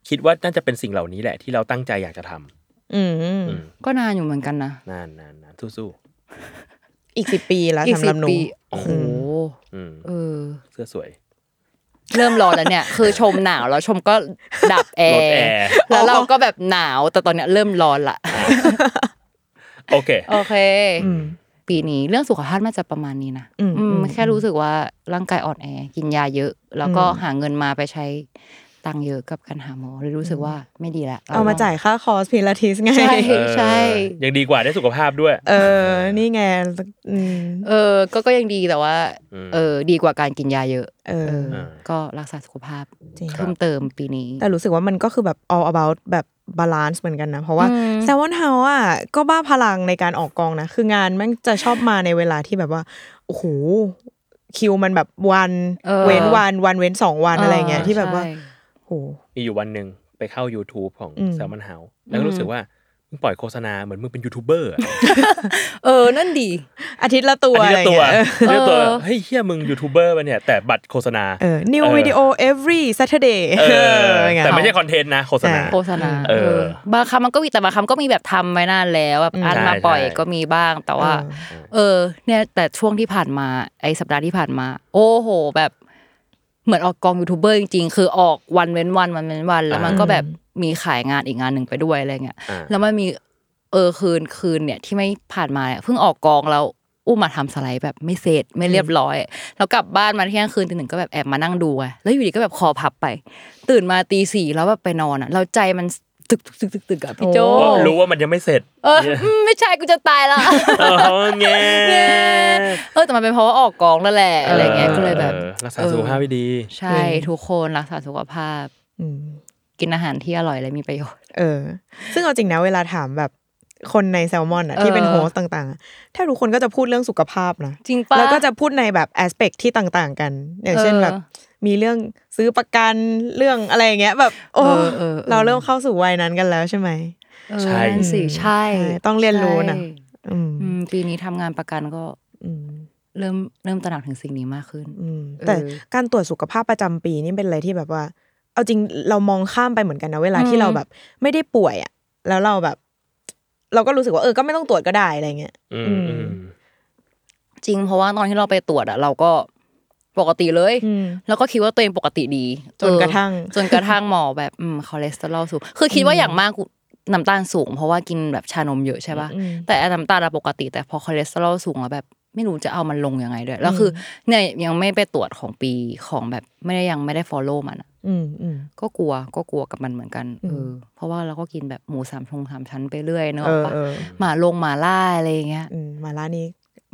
[SPEAKER 4] คิดว่าน่าจะเป็นสิ่งเหล่านี้แหละที่เราตั้งใจอยากจะทำ
[SPEAKER 3] อืม
[SPEAKER 4] อืม
[SPEAKER 5] ก็นานอยู่เหมือนกันนะ
[SPEAKER 4] นานนานนานสู้
[SPEAKER 3] อีกสิบปีแล้ว
[SPEAKER 5] อีก
[SPEAKER 3] สำห
[SPEAKER 5] สิ
[SPEAKER 3] รั
[SPEAKER 5] บบ
[SPEAKER 3] หนู
[SPEAKER 5] ปีโอ้โห
[SPEAKER 4] ๆอืม
[SPEAKER 5] เออ
[SPEAKER 4] เสื้อสวย
[SPEAKER 5] เริ่มร้อนแล้วเนี่ย คือชมหนาวแล้วชมก็ดับแอ
[SPEAKER 4] ล
[SPEAKER 5] ร์
[SPEAKER 4] ดแอร์
[SPEAKER 5] แล้วเราก็แบบหนาวแต่ตอนเนี้ยเริ่มร้อนละ
[SPEAKER 4] โอเค
[SPEAKER 5] โอเค ปีนี้เรื่องสุขภาพน่าจะประมาณนี้นะ
[SPEAKER 3] อืม
[SPEAKER 5] อืม
[SPEAKER 3] อืม
[SPEAKER 5] แค่รู้สึกว่าร่างกายอ่อนแอ กินยาเยอะ แล้วก็
[SPEAKER 3] อืม
[SPEAKER 5] หาเงินมาไปใช้ตังค์เยอะกับการหาหมอเลยรู้สึกว่าไม่ดีละ
[SPEAKER 3] เอามาจ่ายค่าคอร์สพิลาทิสไง
[SPEAKER 5] ใช่
[SPEAKER 4] เออ
[SPEAKER 5] ใช่
[SPEAKER 4] ยังดีกว่าได้สุขภาพด้วย
[SPEAKER 3] เออ นี่ไงอืม
[SPEAKER 5] เออ ก็ก็ยังดีแต่ว่า
[SPEAKER 4] อืม
[SPEAKER 5] เออ ดีกว่าการกินยาเยอะ
[SPEAKER 3] เออ
[SPEAKER 4] เออ
[SPEAKER 5] ก็รักษาสุขภาพ
[SPEAKER 3] จริง
[SPEAKER 5] เพิ่มเติมปีนี้
[SPEAKER 3] แต่รู้สึกว่ามันก็คือแบบ all about แบบบาลานซ์เหมือนกันนะ เพราะว่า
[SPEAKER 5] อืม
[SPEAKER 3] แซ l มอนเฮาอ่ะก็บ้าพลังในการออกกองนะ คืองานแมันจะชอบมาในเวลาที่แบบว่า โอ้โห คิวมันแบบวัน
[SPEAKER 5] ออ
[SPEAKER 3] เว้นวันวันเว้นสองวันอะไรเงี้ยที่แบบว่า
[SPEAKER 5] ใช่
[SPEAKER 3] โอ้โห
[SPEAKER 4] มีอยู่วันหนึ่งไปเข้า YouTube ของ
[SPEAKER 3] อืม
[SPEAKER 4] s ซ l m o n House แล้วก็รู้สึกว่ามึงปล่อยโฆษณาเหมือนมึงเป็นยูทูบเบอร์อะ
[SPEAKER 5] เออ นั่นดี
[SPEAKER 3] อาทิตย์ละตัว
[SPEAKER 4] อัน
[SPEAKER 3] อะไร
[SPEAKER 4] นี้ตัว
[SPEAKER 3] เงี้ย
[SPEAKER 4] อัน
[SPEAKER 3] เออ
[SPEAKER 4] นี้ตัว
[SPEAKER 5] เออ
[SPEAKER 4] เฮ้ยเฮียมึงยูทูบเบอร์ปะเนี่ย แต่บัตรโฆษณา
[SPEAKER 3] เออ new
[SPEAKER 4] เออ
[SPEAKER 3] video every Saturday
[SPEAKER 4] เออ
[SPEAKER 3] อะไรเงี้ย
[SPEAKER 4] แต่ไม่ใช่คอนเทนต์นะ โฆษณา
[SPEAKER 5] โฆษณา
[SPEAKER 4] เออ
[SPEAKER 5] บางคำมันก็มีแต่บางคำก็มีแบบทำไว้นานแล้วแบบ
[SPEAKER 3] อืม
[SPEAKER 5] อันมาปล่อยก็มีบ้างแต่ว่า เออ เนี่ย แต่ช่วงที่ผ่านมาไอสัปดาห์ที่ผ่านมา โอ้โห แบบเหมือนออกกองยูทูบเบอร์จริงๆ คือออกวันเว้นวันวันเว้นวัน แล้วมันก็แบบมีขายงานอีกงานหนึ่งไปด้วยอะไรเงี้ย
[SPEAKER 4] อ่า
[SPEAKER 5] แล้วมันมีเออคืนคืนเนี่ยที่ไม่ผ่านมาเนี่ยเพิ่งออกกองแล้วอู้มาทำสไลด์แบบไม่เสร็จไม่เรียบร้อย แล้วกลับบ้านมาเที่ยงคืนตีหนึ่งก็แบบแอบมานั่งดูไงแล้วอยู่ดีก็แบบคอพับไป ตื่นมาตีสี่แล้วแบบไปนอนอ่ะแล้วใจมันตึกตึกตึกตึกตึกอะพี่โจ
[SPEAKER 4] เพราะรู้ว่ามันยังไม่เสร็จ
[SPEAKER 5] เอออืมไม่ใช่กูจะตายละ
[SPEAKER 4] เออแง่
[SPEAKER 5] เออแต่มันเป็นเพราะว่าออกกองนั่นแหละอะไรเงี้ยก็เลยแบบ
[SPEAKER 4] ออรักษาสุขภาพให้ดี
[SPEAKER 5] ใช่ทุกคนรักษาสุขภาพ
[SPEAKER 3] อืม
[SPEAKER 5] กินอาหารที่อร่อยและมีประโยชน์
[SPEAKER 3] เออ ซึ่งเอาจริงนะเวลาถามแบบคนในแซลมอนอะที่เป็น
[SPEAKER 5] เออ
[SPEAKER 3] โฮสต์ต่างๆอะแทบทุกคนก็จะพูดเรื่องสุขภาพนะ
[SPEAKER 5] จริงปะ
[SPEAKER 3] แล้วก็จะพูดในแบบแอสเปกที่ต่างๆกัน อย่างเช่น
[SPEAKER 5] เออ
[SPEAKER 3] แบบ มีเรื่องซื้อประกันเรื่องอะไรอย่างเงี้ยแบบโอ้
[SPEAKER 5] เออเออเออ
[SPEAKER 3] เราเริ่มเข้าสู่วัยนั้นกันแล้วใช่ไหม
[SPEAKER 5] เออ
[SPEAKER 4] ใช่
[SPEAKER 5] นั่นสิใช่
[SPEAKER 3] ใช่ต้องเรียนรู้นะ
[SPEAKER 5] ใช่
[SPEAKER 3] อืม
[SPEAKER 5] อืมปีนี้ทำงานประกันก็
[SPEAKER 3] อืม
[SPEAKER 5] เริ่มเริ่มตระหนักถึงสิ่งนี้มากขึ้น
[SPEAKER 3] อืม
[SPEAKER 5] เออ
[SPEAKER 3] แต่การตรวจสุขภาพประจำปีนี่เป็นอะไรที่แบบว่า เอาจริงเรามองข้ามไปเหมือนกันนะเวลาที่เราแบบ ไม่ได้ป่วยอะแล้วเราแบบ เราก็รู้สึกว่าเออก็ไม่ต้องตรวจก็ได้อะไรเงี้ย
[SPEAKER 4] อืมอืม
[SPEAKER 5] จริงเพราะว่าตอนที่เราไปตรวจอะเราก็ปกติเลย
[SPEAKER 3] อืม
[SPEAKER 5] แล้วก็คิดว่าตัวเองปกติดี
[SPEAKER 3] จนกระทั่ง
[SPEAKER 5] เออจนกระทั่งหมอแบบอืมคอเลสเตอรอลสูง คือคิดว่าอย่างมากกูน้ำตาลสูง เพราะว่ากินแบบชานมเยอะใช่ป่ะแต่อันน้ำตาลอะปกติ แต่พอคอเลสเตอรอลสูงอะแบบไม่รู้จะเอามันลงยังไงด้วยแล้วคือเนี่ยยังไม่ไปตรวจของปีของแบบไม่ได้ยังไม่ได้ follow มันอะ
[SPEAKER 3] อืมอืม
[SPEAKER 5] ก็กลัวก็กลัวกับมันเหมือนกัน
[SPEAKER 3] อืม
[SPEAKER 5] เออเพราะว่าเราก็กินแบบหมูสามชงสามชั้นไปเรื่อยเนอะ
[SPEAKER 3] เออ
[SPEAKER 5] ปะ
[SPEAKER 3] เออ
[SPEAKER 5] หมาลงหมาล่าอะไรอย่างเงี้ย
[SPEAKER 3] อืมมาร้านนี้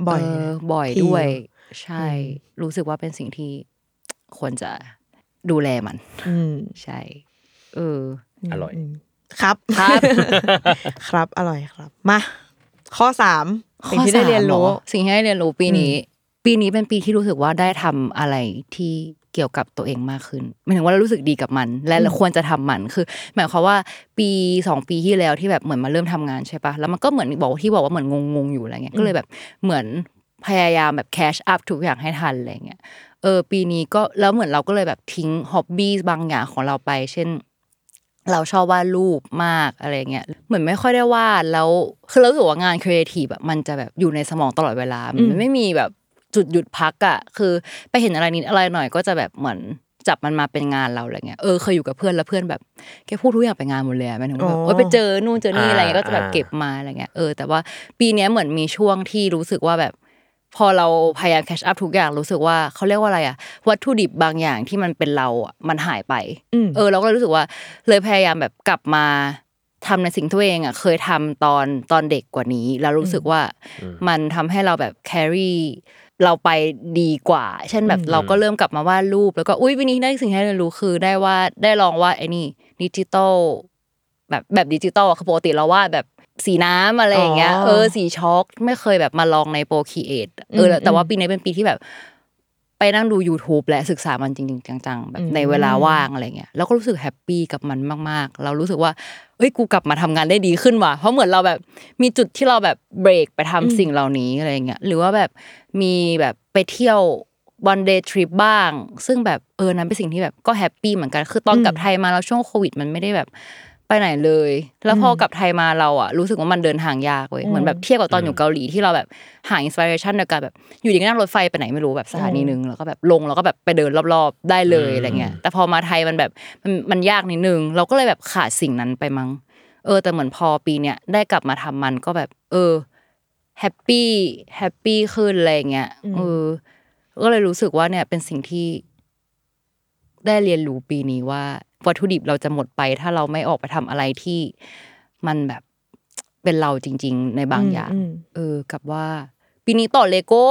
[SPEAKER 3] บ่อย
[SPEAKER 5] เอ
[SPEAKER 3] นะ
[SPEAKER 5] บ่อย
[SPEAKER 3] ที
[SPEAKER 5] ด้วย
[SPEAKER 3] เนอะ
[SPEAKER 5] ใช่
[SPEAKER 3] อื
[SPEAKER 5] รู้สึกว่าเป็นสิ่งที่ควรจะดูแลมัน
[SPEAKER 3] อืม
[SPEAKER 5] ใช่ เออ
[SPEAKER 4] อร่อย
[SPEAKER 3] มครับ
[SPEAKER 5] ครับ
[SPEAKER 3] ครับอร่อยครับ มา ข้อสามสิ่งที่
[SPEAKER 5] ข้
[SPEAKER 3] ได้
[SPEAKER 5] อสาม
[SPEAKER 3] เรียนรู้
[SPEAKER 5] หอสิ่งที่ได้เรียนรู้ปีนี้ ปีนี้เป็นปีที่รู้สึกว่าได้ทำอะไรที่เกี่ยวกับตัวเองมากขึ้นหมายถึงว่าเรารู้สึกดีกับมัน และเราควรจะทำมันคือ หมายความว่าปีสองปีที่แล้วที่แบบเหมือนมาเริ่มทำงานใช่ปะแล้วมันก็เหมือนบอกที่บอกว่าเหมือนงงๆอยู่อะไรเงี้ยก็เลยแบบเหมือนพยายามแบบแคชอัพทุกอย่างให้ทันอะไรเงี้ยเออปีนี้ก็แล้วเหมือนเราก็เลยแบบทิ้งฮ็อบบี้บางอย่างของเราไป เช่น เราชอบวาดรูปมากอะไรเงี้ยเหมือนไม่ค่อยได้วาดแล้วคือเรารู้สึกว่างานครีเอทีฟแบบมันจะแบบอยู่ในสมองตลอดเวลา
[SPEAKER 3] อืม
[SPEAKER 5] มันไม่มีแบบจุดหยุดพักอ่ะคือไปเห็นอะไรนิดอะไรหน่อยก็จะแบบเหมือนจับมันมาเป็นงานเราอะไรเงี้ยเออเคยอยู่กับเพื่อนแล้วเพื่อนแบบแกพูดทุกอย่างเป็นงานหมดเลยอะหมายถึงว่าแบบ
[SPEAKER 3] อ๋อ
[SPEAKER 5] โอ๊ยไปเจอนู่นเจอนี่อะไรเงี้ยก็จะแบบ
[SPEAKER 4] อ่า
[SPEAKER 5] เก็บมาอะไรเงี้ยเออแต่ว่าปีเนี้ยเหมือนมีช่วงที่รู้สึกว่าแบบ พอเราพยายามแคชอัพทุกอย่างรู้สึกว่าเขาเรียกว่าอะไรอะวัตถุดิบบางอย่างที่มันเป็นเราอะมันหายไป
[SPEAKER 3] อืม
[SPEAKER 5] เออเราก็เลยรู้สึกว่าเลยพยายามแบบกลับมาทำในสิ่งที่ตัวเองอ่ะเคยทำตอนตอนเด็กกว่านี้ แล้วรู้สึกว่ามันทำให้เราแบบ carry เราไปดีกว่า เช่นแบบเราก็เริ่มกลับมาวาดรูป แล้วก็อุ้ยวันนี้ได้สิ่งที่เรียนรู้คือได้ว่าดได้ลองวาดไอ้นี่ดิจิตอลแบบแบบดิจิตอลอะคือปกติเราวาดแบบสีน้ำอะไรอย่างเงี้ย
[SPEAKER 3] อ๋อ
[SPEAKER 5] เออสีช็อกไม่เคยแบบมาลองในโปรคีเอทเอออ
[SPEAKER 3] ม
[SPEAKER 5] แต่ว่า
[SPEAKER 3] อืม
[SPEAKER 5] ปีนี้เป็นปีที่แบบ ไปนั่งดู YouTube และศึกษามันจริงๆ จังๆ แบ
[SPEAKER 3] อื
[SPEAKER 5] บ
[SPEAKER 3] ม
[SPEAKER 5] ในเวลาว่างอะไรเงี้ยแล้วก็รู้สึกแฮปปี้กับมันมากๆ เรารู้สึกว่าเอ้ยกูกลับมาทำงานได้ดีขึ้นว่ะเพราะเหมือนเราแบบมีจุดที่เราแบบเบรกไปทำสิ่งเหล่านี้อะไรเงี้ยหรือว่าแบบมีแบบไปเที่ยววันเดย์ทริปบ้าง ซึ่งแบบเออนั้นเป็นสิ่งที่แบบก็แฮปปี้เหมือนกันคือตอนกลับไทยมาแล้วช่วงโควิด มันไม่ได้แบบไปไหนเลย แล้วพอกลับไทยมาเราอ่ะรู้สึกว่ามันเดินทางยากเว้ยเหมือนแบบเทียบกับตอนอยู่เกาหลีที่เราแบบหาอินสปิเรชันในการแบบอยู่ดีก็นั่งรถไฟไปไหนไม่รู้แบบสถานีหนึ่งแล้วก็แบบลงแล้วก็แบบไปเดินรอบๆได้เลยอะไรเงี้ยแต่พอมาไทยมันแบบมันมันยากนิดนึง เราก็เลยแบบขาดสิ่งนั้นไปมั้ง เออแต่เหมือนพอปีเนี้ยได้กลับมาทำมันก็แบบ เออแฮปปี้แฮปปี้ขึ้นอะไรเงี้ยเออก็เลยรู้สึกว่าเนี่ยเป็นสิ่งที่ ได้เรียนรู้ปีนี้ว่าวัตถุดิบเราจะหมดไป ถ้าเราไม่ออกไปทำอะไรที่มันแบบเป็นเราจริง ๆ ในบางอย่าง
[SPEAKER 3] อืม
[SPEAKER 5] เออกับว่า ปีนี้ต่อเลโก้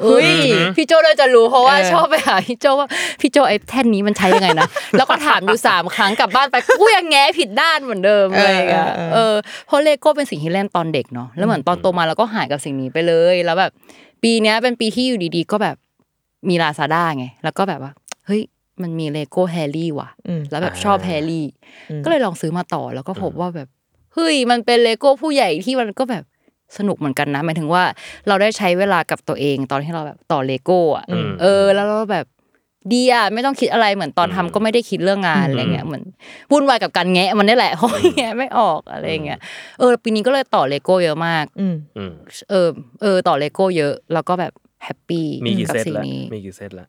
[SPEAKER 3] เฮ้
[SPEAKER 5] เอ้
[SPEAKER 3] ย
[SPEAKER 5] ยพี่โจน่าจะรู้เพราะว่า
[SPEAKER 3] เออ
[SPEAKER 5] ชอบไปหาพี่โจว่าพี่โจไอ้แท่นนี้มันใช้ยังไงนะ แล้วก็ถามอยู่สามครั้งกลับบ้านไปกูยังแง้ผิดด้านเหมือนเดิมอะไรอย่างเลยอะเออเพราะเลโก้เป็นสิ่งที่เล่นตอนเด็กเนาะแล้วเหมือนตอนโตมาเราก็หายกับสิ่งนี้ไปเลย แล้วแบบ ปีเนี้ยเป็นปีที่อยู่ดีๆ ก็แบบมีลาซาด้าไง แล้วก็แบบว่า เฮ้ย มันมีเลโก้แฮร์รี่ว่ะ
[SPEAKER 3] อืม
[SPEAKER 5] แล้วแบบชอบแฮร์รี่
[SPEAKER 3] อืม
[SPEAKER 5] ก็เลยลองซื้อมาต่อแล้วก็พบว่าแบบ เฮ้ย มันเป็นเลโก้ผู้ใหญ่ที่มันก็แบบสนุกเหมือนกันนะ หมายถึงว่าเราได้ใช้เวลากับตัวเองตอนที่เราแบบต่อเลโก้อะ
[SPEAKER 4] อืม
[SPEAKER 5] เออ แล้วเราแบบดีอะไม่ต้องคิดอะไรเหมือนตอนทำก็ไม่ได้คิดเรื่องงานอะไรเงี้ยเหมือนวุ่นวายกับการแงะมันนี่แหละเพ ราะแงะไม่ออกอะไรเงี้ยเออปีนี้ก็เลยต่อเลโก้เยอะมาก
[SPEAKER 3] อืม
[SPEAKER 4] อืม
[SPEAKER 5] เออเออต่อเลโก้เยอะแล้วก็แบบแฮปปี้
[SPEAKER 4] มีกี่
[SPEAKER 5] กับ
[SPEAKER 4] เซต
[SPEAKER 5] สิ่ง
[SPEAKER 4] ละ
[SPEAKER 5] นี้
[SPEAKER 4] มีกี่เซตละ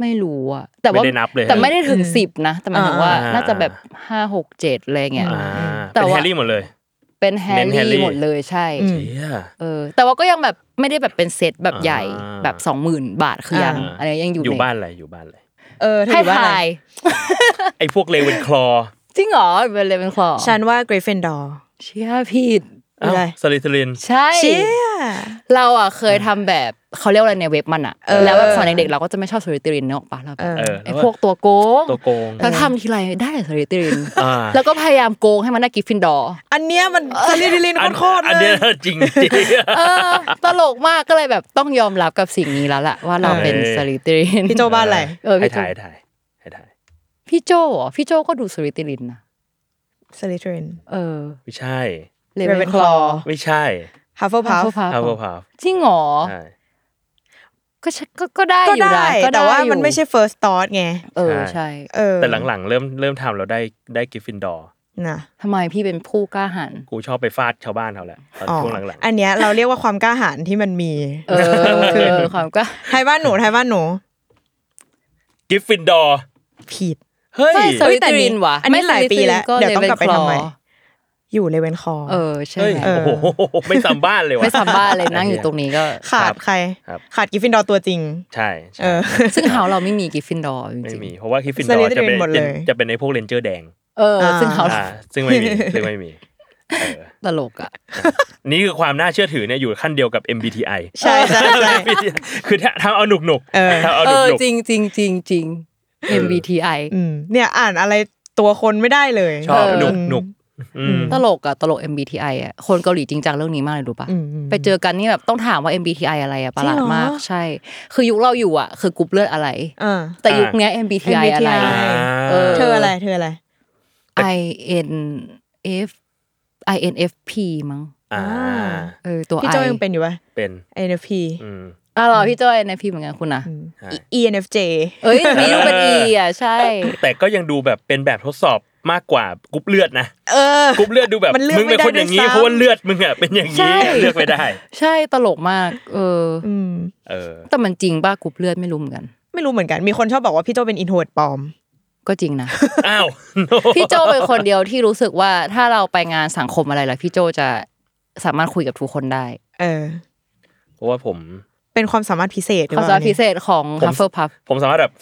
[SPEAKER 5] ไม่รู้อะแต่ว่า
[SPEAKER 4] ไม่ได้นับเลย
[SPEAKER 5] แต่ไม่ได้ถึง
[SPEAKER 3] อืม
[SPEAKER 5] สิบนะ แต่หมายถึงว่า
[SPEAKER 4] อ่า
[SPEAKER 5] น่าจะแบบห้าหกเจ็ดอะไรเงี้ย
[SPEAKER 4] อ่า
[SPEAKER 5] แต่
[SPEAKER 4] เป็น
[SPEAKER 5] ว่า
[SPEAKER 4] แฮร์รี่หมดเลย
[SPEAKER 5] เป็นแฮร์
[SPEAKER 4] เน้นแฮร์รี่
[SPEAKER 5] รี่หมดเลยใช่
[SPEAKER 3] อืม
[SPEAKER 4] เชี่ย
[SPEAKER 5] เออแต่ว่าก็ยังแบบไม่ได้แบบเป็นเซตแบบใหญ่
[SPEAKER 4] อ่า
[SPEAKER 5] แบบสองหมื่นบาทคือยัง
[SPEAKER 3] อ่า
[SPEAKER 5] อะไรยังอยู่
[SPEAKER 4] อยู่
[SPEAKER 5] ใน
[SPEAKER 4] บ้านอะไรอยู่บ้านอะไร
[SPEAKER 3] เออเธอ
[SPEAKER 5] ให้
[SPEAKER 3] อยู่บ้นอะไร
[SPEAKER 5] ทาย
[SPEAKER 4] ไอ้พวกเลเวนคลอ
[SPEAKER 5] จริงเหรอเป็นเลยเป็นคลอ
[SPEAKER 3] ฉันว่ากริฟฟินดอร์
[SPEAKER 5] เชื่อผิด
[SPEAKER 3] อะไร
[SPEAKER 4] สลิทลิน
[SPEAKER 5] ใช่
[SPEAKER 3] เชี่ย
[SPEAKER 5] เราอ่ะเคยทำแบบเขาเรียกว่าอะไรในเว็บมันอ่ะ
[SPEAKER 3] เออ
[SPEAKER 5] แล้วแบบสอนเด็กๆเราก็จะไม่ชอบสริตรินเนอะปะเราแบบ
[SPEAKER 3] เออ
[SPEAKER 4] เออ
[SPEAKER 5] ไอ้พวกตัวโกง
[SPEAKER 4] ตัวโกง
[SPEAKER 5] แล้วทำทีไรได้แต่สลิตริน
[SPEAKER 4] อ่า
[SPEAKER 5] แล้วก็พยายามโกงให้มันได้กริฟฟินดอร์
[SPEAKER 3] อันเนี้ยมันสลิดลินโคตร
[SPEAKER 4] อัน
[SPEAKER 3] เล
[SPEAKER 4] เนี้
[SPEAKER 3] ย
[SPEAKER 4] ยจริงจริง
[SPEAKER 5] เออ ตลกมากก็เลยแบบต้องยอมรับกับสิ่งนี้แล้วล่ะ ว่าเราเป็น
[SPEAKER 4] เออ
[SPEAKER 5] สลิตริน
[SPEAKER 3] พี่โจบ้านอะไร
[SPEAKER 5] เออพี่
[SPEAKER 4] ให้
[SPEAKER 5] โจ
[SPEAKER 4] ถ่ายให้ถ่ายให้ถ่าย
[SPEAKER 5] พี่โจเหรอพี่โจก็ดูสลิตรินนะ
[SPEAKER 3] สลิดลิน
[SPEAKER 5] เออ
[SPEAKER 4] ไม่ใช่
[SPEAKER 5] เล
[SPEAKER 3] เร
[SPEAKER 5] เว
[SPEAKER 3] เวน น
[SPEAKER 5] ค
[SPEAKER 3] ค
[SPEAKER 5] ล
[SPEAKER 3] ล
[SPEAKER 5] อ
[SPEAKER 3] อ
[SPEAKER 4] ไม่ใช่
[SPEAKER 3] ฮัฟเฟิลพัฟ
[SPEAKER 4] ฮัฟเฟิลพัฟ
[SPEAKER 5] จริงเหรอ
[SPEAKER 4] ใช่
[SPEAKER 5] ก็ใช่ก็ก็ได้
[SPEAKER 3] ก็
[SPEAKER 5] อยู่
[SPEAKER 3] ได้
[SPEAKER 5] นะก็
[SPEAKER 3] แต่ว่า
[SPEAKER 5] อยู่
[SPEAKER 3] มันไม่ใช่ first thought ไง
[SPEAKER 5] เออใช่
[SPEAKER 3] เออ
[SPEAKER 4] แต่หลังๆ เริ่มเริ่มทำเราได้ได้กริฟฟินดอร์
[SPEAKER 3] นะ
[SPEAKER 5] ทำไมพี่เป็นผู้กล้าหัน
[SPEAKER 4] กูชอบไปฟาดชาวบ้านเขาแหละตอน
[SPEAKER 3] อ๋อ
[SPEAKER 4] ช่วงหลัง
[SPEAKER 3] อันเนี้ยเราเรียกว่าความกล้าหาญที่มันมี
[SPEAKER 5] เออความก็
[SPEAKER 3] ไทยบ้านหนูไทยบ้านหนู
[SPEAKER 4] ๆกริฟฟินดอร์
[SPEAKER 3] ผิด
[SPEAKER 4] เฮ้ย
[SPEAKER 5] ไม่ส
[SPEAKER 3] เอ้ย
[SPEAKER 5] ลิ
[SPEAKER 3] แต่
[SPEAKER 5] ต
[SPEAKER 3] นี่
[SPEAKER 5] รินว่ะ
[SPEAKER 3] อันนี้
[SPEAKER 5] ไม่
[SPEAKER 3] หลายปีแล้ว
[SPEAKER 5] ก็
[SPEAKER 3] เดี๋ยวต้องกลับไป
[SPEAKER 5] Ravenclaw
[SPEAKER 3] ทำใหม่ อยู่เลเวนคอร์
[SPEAKER 5] เออใช่
[SPEAKER 4] เฮ้ย
[SPEAKER 5] ไหม
[SPEAKER 3] เออ
[SPEAKER 4] โอ้โหไม่ซ้ำบ้านเลยว่ะ
[SPEAKER 5] ไม่สามบ้ารถเลยนั่งอยู่ตรงนี้ ก็
[SPEAKER 3] ขาดใคร
[SPEAKER 4] ครับ
[SPEAKER 3] ขาดกริฟฟินดอร์ตัวจริง
[SPEAKER 4] ใช่ใช่
[SPEAKER 3] เออ
[SPEAKER 5] ซึ่งเฮาเราไม่มีกริฟฟินดอร์จ
[SPEAKER 4] ไม่
[SPEAKER 5] ริง
[SPEAKER 4] มีเพราะว่าคิฟฟินดอ
[SPEAKER 3] Slytherin
[SPEAKER 4] ร์จะเป็น
[SPEAKER 3] หมดเลย
[SPEAKER 4] เป็นจะเป็นในพวกเรนเจอร์แดง
[SPEAKER 5] ๆเออ ซึ่งเฮา
[SPEAKER 4] อ่าซึ่งไม่ มีซึ่งไม่มีเออ
[SPEAKER 5] ตลกอ่ะ
[SPEAKER 4] นี่คือความน่าเชื่อถือเนี่ยอยู่ขั้นเดียวกับ MBTI
[SPEAKER 3] ใช่ใช่ใช่
[SPEAKER 4] คือถ้าทำเอาหนุกหนุก
[SPEAKER 3] เออ
[SPEAKER 4] ทำเอาห
[SPEAKER 5] เอ
[SPEAKER 4] นุก
[SPEAKER 5] อ
[SPEAKER 4] หนุก
[SPEAKER 5] จริงจริงจริงจริง MBTI
[SPEAKER 3] อืมเนี่ยอ่านอะไรตัวคนไม่ได้เลย
[SPEAKER 4] ชอบ
[SPEAKER 5] เออ
[SPEAKER 4] หนุกหนุกอืม
[SPEAKER 5] ตลกอะตลก MBTI อะคนเกาหลีจริงจังเรื่องนี้มากเลยรู้ปะ
[SPEAKER 3] อืมอืม
[SPEAKER 5] ไปเจอกันนี่แบบต้องถามว่า MBTI อะไรอะประหลาดมาก
[SPEAKER 3] จริงเหรอ
[SPEAKER 5] ใช่ คือยุคเราอยู่อะคือกรุ๊ปเลือดอะไร
[SPEAKER 3] อ่า
[SPEAKER 5] แต่ยุคเนี้ย MBTI อะไร
[SPEAKER 3] MBTI
[SPEAKER 4] อ่า
[SPEAKER 5] เออ
[SPEAKER 3] เธออะไรเธออะไร
[SPEAKER 5] I N F I N F P มั้ง
[SPEAKER 4] อ่า
[SPEAKER 5] เออตัว
[SPEAKER 3] พี่
[SPEAKER 5] I
[SPEAKER 3] โจยังเป็นอยู่ปะ
[SPEAKER 4] เป็น
[SPEAKER 3] INFP
[SPEAKER 4] อืม
[SPEAKER 5] อ๋อเหรอพี่โจ NFP เหมือนกันคุณนะ
[SPEAKER 4] ใช่
[SPEAKER 3] ENFJ
[SPEAKER 5] เอ้ย มีดูเป็น E อ่ะใช่
[SPEAKER 4] แต่ก็ยังดูแบบเป็นแบบทดสอบมากกว่ากรุ๊ปเลือดนะ
[SPEAKER 3] เออ
[SPEAKER 4] กรุ๊ปเลือดดูแบบ
[SPEAKER 3] มันเลือก
[SPEAKER 4] มึงเป็น
[SPEAKER 3] ไม่ได้
[SPEAKER 4] คนอย่างนี้
[SPEAKER 3] ด้วยซ้ำ
[SPEAKER 4] เพราะว่าเลือดมึงอ่ะเป็นอย่าง
[SPEAKER 5] ใช่
[SPEAKER 4] นี้เลือกไม่ได้
[SPEAKER 5] ใช่ตลกมาก เอออ
[SPEAKER 3] อืม
[SPEAKER 4] เออ
[SPEAKER 5] แต่มันจริงป่ะกรุ๊ปเลือดไม่รู้เหมือนกัน
[SPEAKER 3] ไม่รู้เหมือนกัน มีคนชอบบอกว่าพี่โจเป็น introvert ปลอม
[SPEAKER 5] ก็จริงนะ
[SPEAKER 4] อ้าว
[SPEAKER 5] พี่โจเป็นคนเดียวที่รู้สึกว่าถ้าเราไปงานสังคมอะไรแล้วพี่โจจะสามารถคุยกับทุกคนได้
[SPEAKER 3] เออ
[SPEAKER 4] เพราะว่าผม
[SPEAKER 3] เป็นความสามารถพิเศษหรือ
[SPEAKER 5] ความ
[SPEAKER 3] เป
[SPEAKER 5] สา
[SPEAKER 3] ล่
[SPEAKER 5] มารถพิเศษของ
[SPEAKER 4] ผม
[SPEAKER 5] h u f f l e p u f f
[SPEAKER 4] ผมสามารถแบบ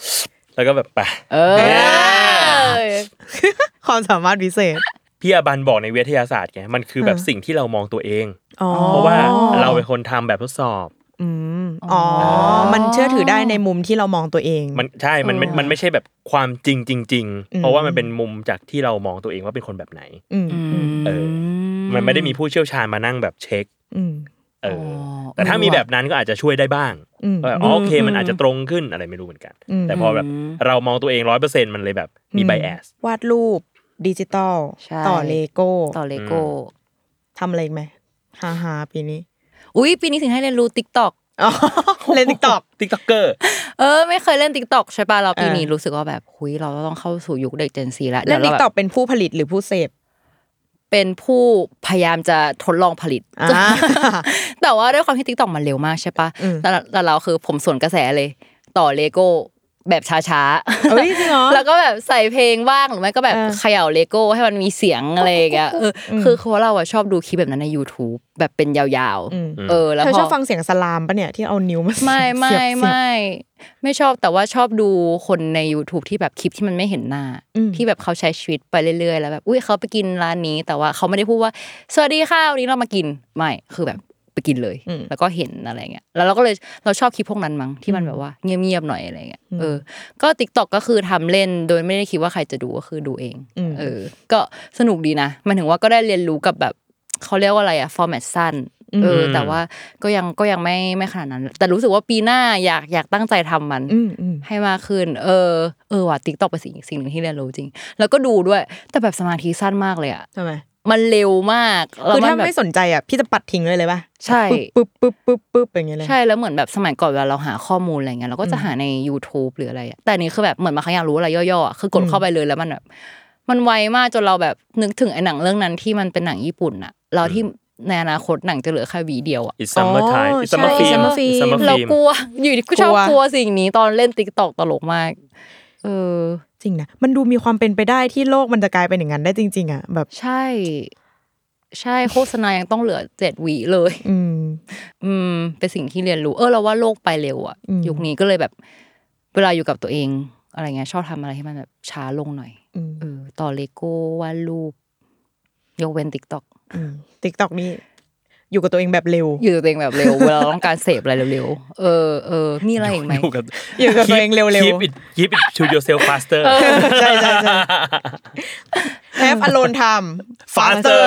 [SPEAKER 4] แล้วก็แบบไป
[SPEAKER 5] เออ
[SPEAKER 3] เนี่ยความสามารถพิเศษ
[SPEAKER 4] พี่อาบันบอกในวิทยาศาสตร์ไงมันคือแบบสิ่งที่เรามองตัวเอง
[SPEAKER 3] อ๋อ
[SPEAKER 4] เพราะว่าเราเป็นคนทำแบบทดสอบ
[SPEAKER 3] อืมอ๋ออ๋อ มันเชื่อถือได้ในมุมที่เรามองตัวเอง
[SPEAKER 4] มันใช่ มันไม่มันไม่ใช่แบบความจริงจริง
[SPEAKER 3] อื
[SPEAKER 4] ๆ
[SPEAKER 3] ม
[SPEAKER 4] เพราะว่ามันเป็นมุมจากที่เรามองตัวเองว่าเป็นคนแบบไหน
[SPEAKER 3] อืมอืม
[SPEAKER 4] เออ มันไม่ได้มีผู้เชี่ยวชาญมานั่งแบบเช็ค
[SPEAKER 3] อืม
[SPEAKER 4] เออ
[SPEAKER 5] อ
[SPEAKER 4] แต่ถ้า
[SPEAKER 5] เออ
[SPEAKER 4] มี
[SPEAKER 5] ว่ะ
[SPEAKER 4] แบบนั้นก็อาจจะช่วยได้บ้าง
[SPEAKER 3] อืม
[SPEAKER 4] ว่าแบบอ๋อโอเค
[SPEAKER 3] อืม
[SPEAKER 4] มันอาจจะตรงขึ้นอะไรไม่รู้เหมือนกัน
[SPEAKER 3] อืม
[SPEAKER 4] แต่พอแบบเรามองตัวเองร้อยเปอร์เซ็นต์มันเลยแบบมีไบแอส
[SPEAKER 3] วาดรูปดิจิตอล
[SPEAKER 5] ใช่
[SPEAKER 3] ต่อเลโก้
[SPEAKER 5] ต่อเลโก้
[SPEAKER 3] ทำอะไรอีกไหมฮาฮาปีนี้
[SPEAKER 5] อุ้ยปีนี้ถึงให้เรียนรู้ t ิ k t o k
[SPEAKER 3] อ๋อเล่นติ๊กต็อก
[SPEAKER 4] ติ๊กต็อกเกอร์
[SPEAKER 5] เออ ไม่เคยเล่น t ิ k t o k ใช่ป่ะเราปีนี้
[SPEAKER 3] เออ
[SPEAKER 5] รู้สึกว่าแบบหุยเราต้องเข้าสู่ยุคเด็ก Gen Z แล้ว
[SPEAKER 3] เล่น
[SPEAKER 5] ดี๋
[SPEAKER 3] ติ๊
[SPEAKER 5] ยว
[SPEAKER 3] ก
[SPEAKER 5] รา
[SPEAKER 3] ต็อ
[SPEAKER 5] แบ
[SPEAKER 3] บ กเป็นผู้ผลิตหรือผู้เสพ
[SPEAKER 5] เป็นผู้พยายามจะทดลองผลิต
[SPEAKER 3] อ่า
[SPEAKER 5] แต่ว่าด้วยความที่ t ิ k t o k มันเร็วมากใช่ป่ะ
[SPEAKER 3] อืม
[SPEAKER 5] แต่เราแต่เราคือผมส่วนกระแสเลย ต่อเลโก้แบบช้าๆ
[SPEAKER 3] เอ้ยจริงเหรอ
[SPEAKER 5] แล้วก็แบบใส่เพลงบ้างหรือไม่ก็แบบ
[SPEAKER 3] เออ
[SPEAKER 5] เขย่าเลโก้ให้มันมีเสียงอะไรอย่างเงี้ยเอออคือคือว่าเราอะชอบดูคลิปแบบนั้นใน YouTube แบบเป็นยาว
[SPEAKER 3] อืม
[SPEAKER 5] ๆ เออ แล้ว
[SPEAKER 3] เธอ
[SPEAKER 5] พ
[SPEAKER 3] ชอบฟังเสียงสลามปะเนี่ยที่เอานิ้ว มา
[SPEAKER 5] ไม่ไม่
[SPEAKER 3] เสียบเสียบ
[SPEAKER 5] ไม่ไม่ชอบแต่ว่าชอบดูคนใน YouTube ที่แบบคลิปที่มันไม่เห็นหน้า
[SPEAKER 3] อืม
[SPEAKER 5] ที่แบบเขาใช้ชีวิตไปเรื่อยๆ แล้วแบบอุ้ยเขาไปกินร้านนี้ แต่ว่าเขาไม่ได้พูดว่าสวัสดีค่ะวันนี้เรามากินไม่คือแบบไปกินเลย แล้วก็เห็นอะไรเงี้ยแล้วเราก็เลยเราชอบคลิปพวกนั้นมั้งที่มันแบบว่าเงียบๆหน่อยอะไรเงี้ยเออ ก็ติ๊กต็อกก็คือทำเล่นโดยไม่ได้คิดว่าใครจะดูก็คือดูเองเออ ก็สนุกดีนะหมันถึงว่าก็ได้เรียนรู้กับแบบเขาเรียกว่าอะไรอะฟอร์แมตสั้นเออแต่ว่าก็ยังก็ยังไม่ไม่ขนาดนั้น แต่รู้สึกว่าปีหน้าอยากอยากตั้งใจทำมัน
[SPEAKER 3] อืมอืม
[SPEAKER 5] ให้มากขึ้น เออ เออว่ะติ๊กตอกเป็นสิ่งสิ่งหนึ่งที่เรียนรู้จริง แล้วก็ดูด้วย แต่แบบสมาธิสั้นมากเลยอ่ะ
[SPEAKER 3] ทำไม
[SPEAKER 5] มันเร็วมากแล้ว
[SPEAKER 3] คือถ้าน
[SPEAKER 5] แบบ
[SPEAKER 3] ไม่สนใจอ่ะพี่จะปัดทิ้งเลยเลยป่ะ
[SPEAKER 5] ใช่
[SPEAKER 3] ปึ๊บปึ๊บปึ๊บปึ๊บอย่างเงี้ยเลย
[SPEAKER 5] ใช่ แล้วเหมือนแบบสมัยก่อนเวลาเราหาข้อมูลอะไรเงี้ย เราก็จะหาใน YouTube หรืออะไรอะแต่อันนี้คือแบบเหมือนมาขยากรู้อะไรย่อๆอะคือกดเข้าไปเลยแล้วมันแบบ มันไวมากจนเราแบบนึกถึงไอ้หนังเรื่องนั้นที่มันเป็นหนังญี่ปุ่นอะเราที่ในอนาคตหนังจะเหลือแค่หวีเดียวอะ
[SPEAKER 4] It's summer time It's
[SPEAKER 3] ใช่
[SPEAKER 4] summer film
[SPEAKER 5] summer
[SPEAKER 4] It's summer
[SPEAKER 5] เรา
[SPEAKER 4] film
[SPEAKER 5] กลัว อยู่ดีกูชอ
[SPEAKER 3] ก
[SPEAKER 5] บ
[SPEAKER 3] ลัว
[SPEAKER 5] กลัวสิ่งนี้ตอนเล่นติ๊กตอกตลกมาก เออ
[SPEAKER 3] จริงนะมันดูมีความเป็นไปได้ที่โลกมันจะกลายเป็นอย่างนั้นได้จริง ๆ อ่ะ แบบ
[SPEAKER 5] ใช่ ใช่โฆษณายังต้องเหลือเจ็ดวีเลย
[SPEAKER 3] อืม
[SPEAKER 5] อืม เป็นสิ่งที่เรียนรู้ เออเราว่าโลกไปเร็วอะ
[SPEAKER 3] อืม
[SPEAKER 5] ยุคนี้ก็เลยแบบ เวลาอยู่กับตัวเองอะไรเงี้ยชอบทำอะไรให้มันแบบช้าลงหน่อย
[SPEAKER 3] อืม
[SPEAKER 5] เออต่อเลโก้วาดรูป ยกเว้นติ๊กต็อก
[SPEAKER 3] ติ๊กต็อกนี่อยู่กับตัวเองแบบเร็ว
[SPEAKER 5] อยู่กับตัวเองแบบเร็ว เวลาเราต้องการเสพอะไรเร็วๆเออเออมีอะไรอีกไหม
[SPEAKER 4] อยู่กับ
[SPEAKER 3] อยู่กับตัวเองเร็วๆ
[SPEAKER 4] ๆ Keep it Keep it to yourself faster
[SPEAKER 3] ใช่ใช่ใช่ have alone time
[SPEAKER 4] faster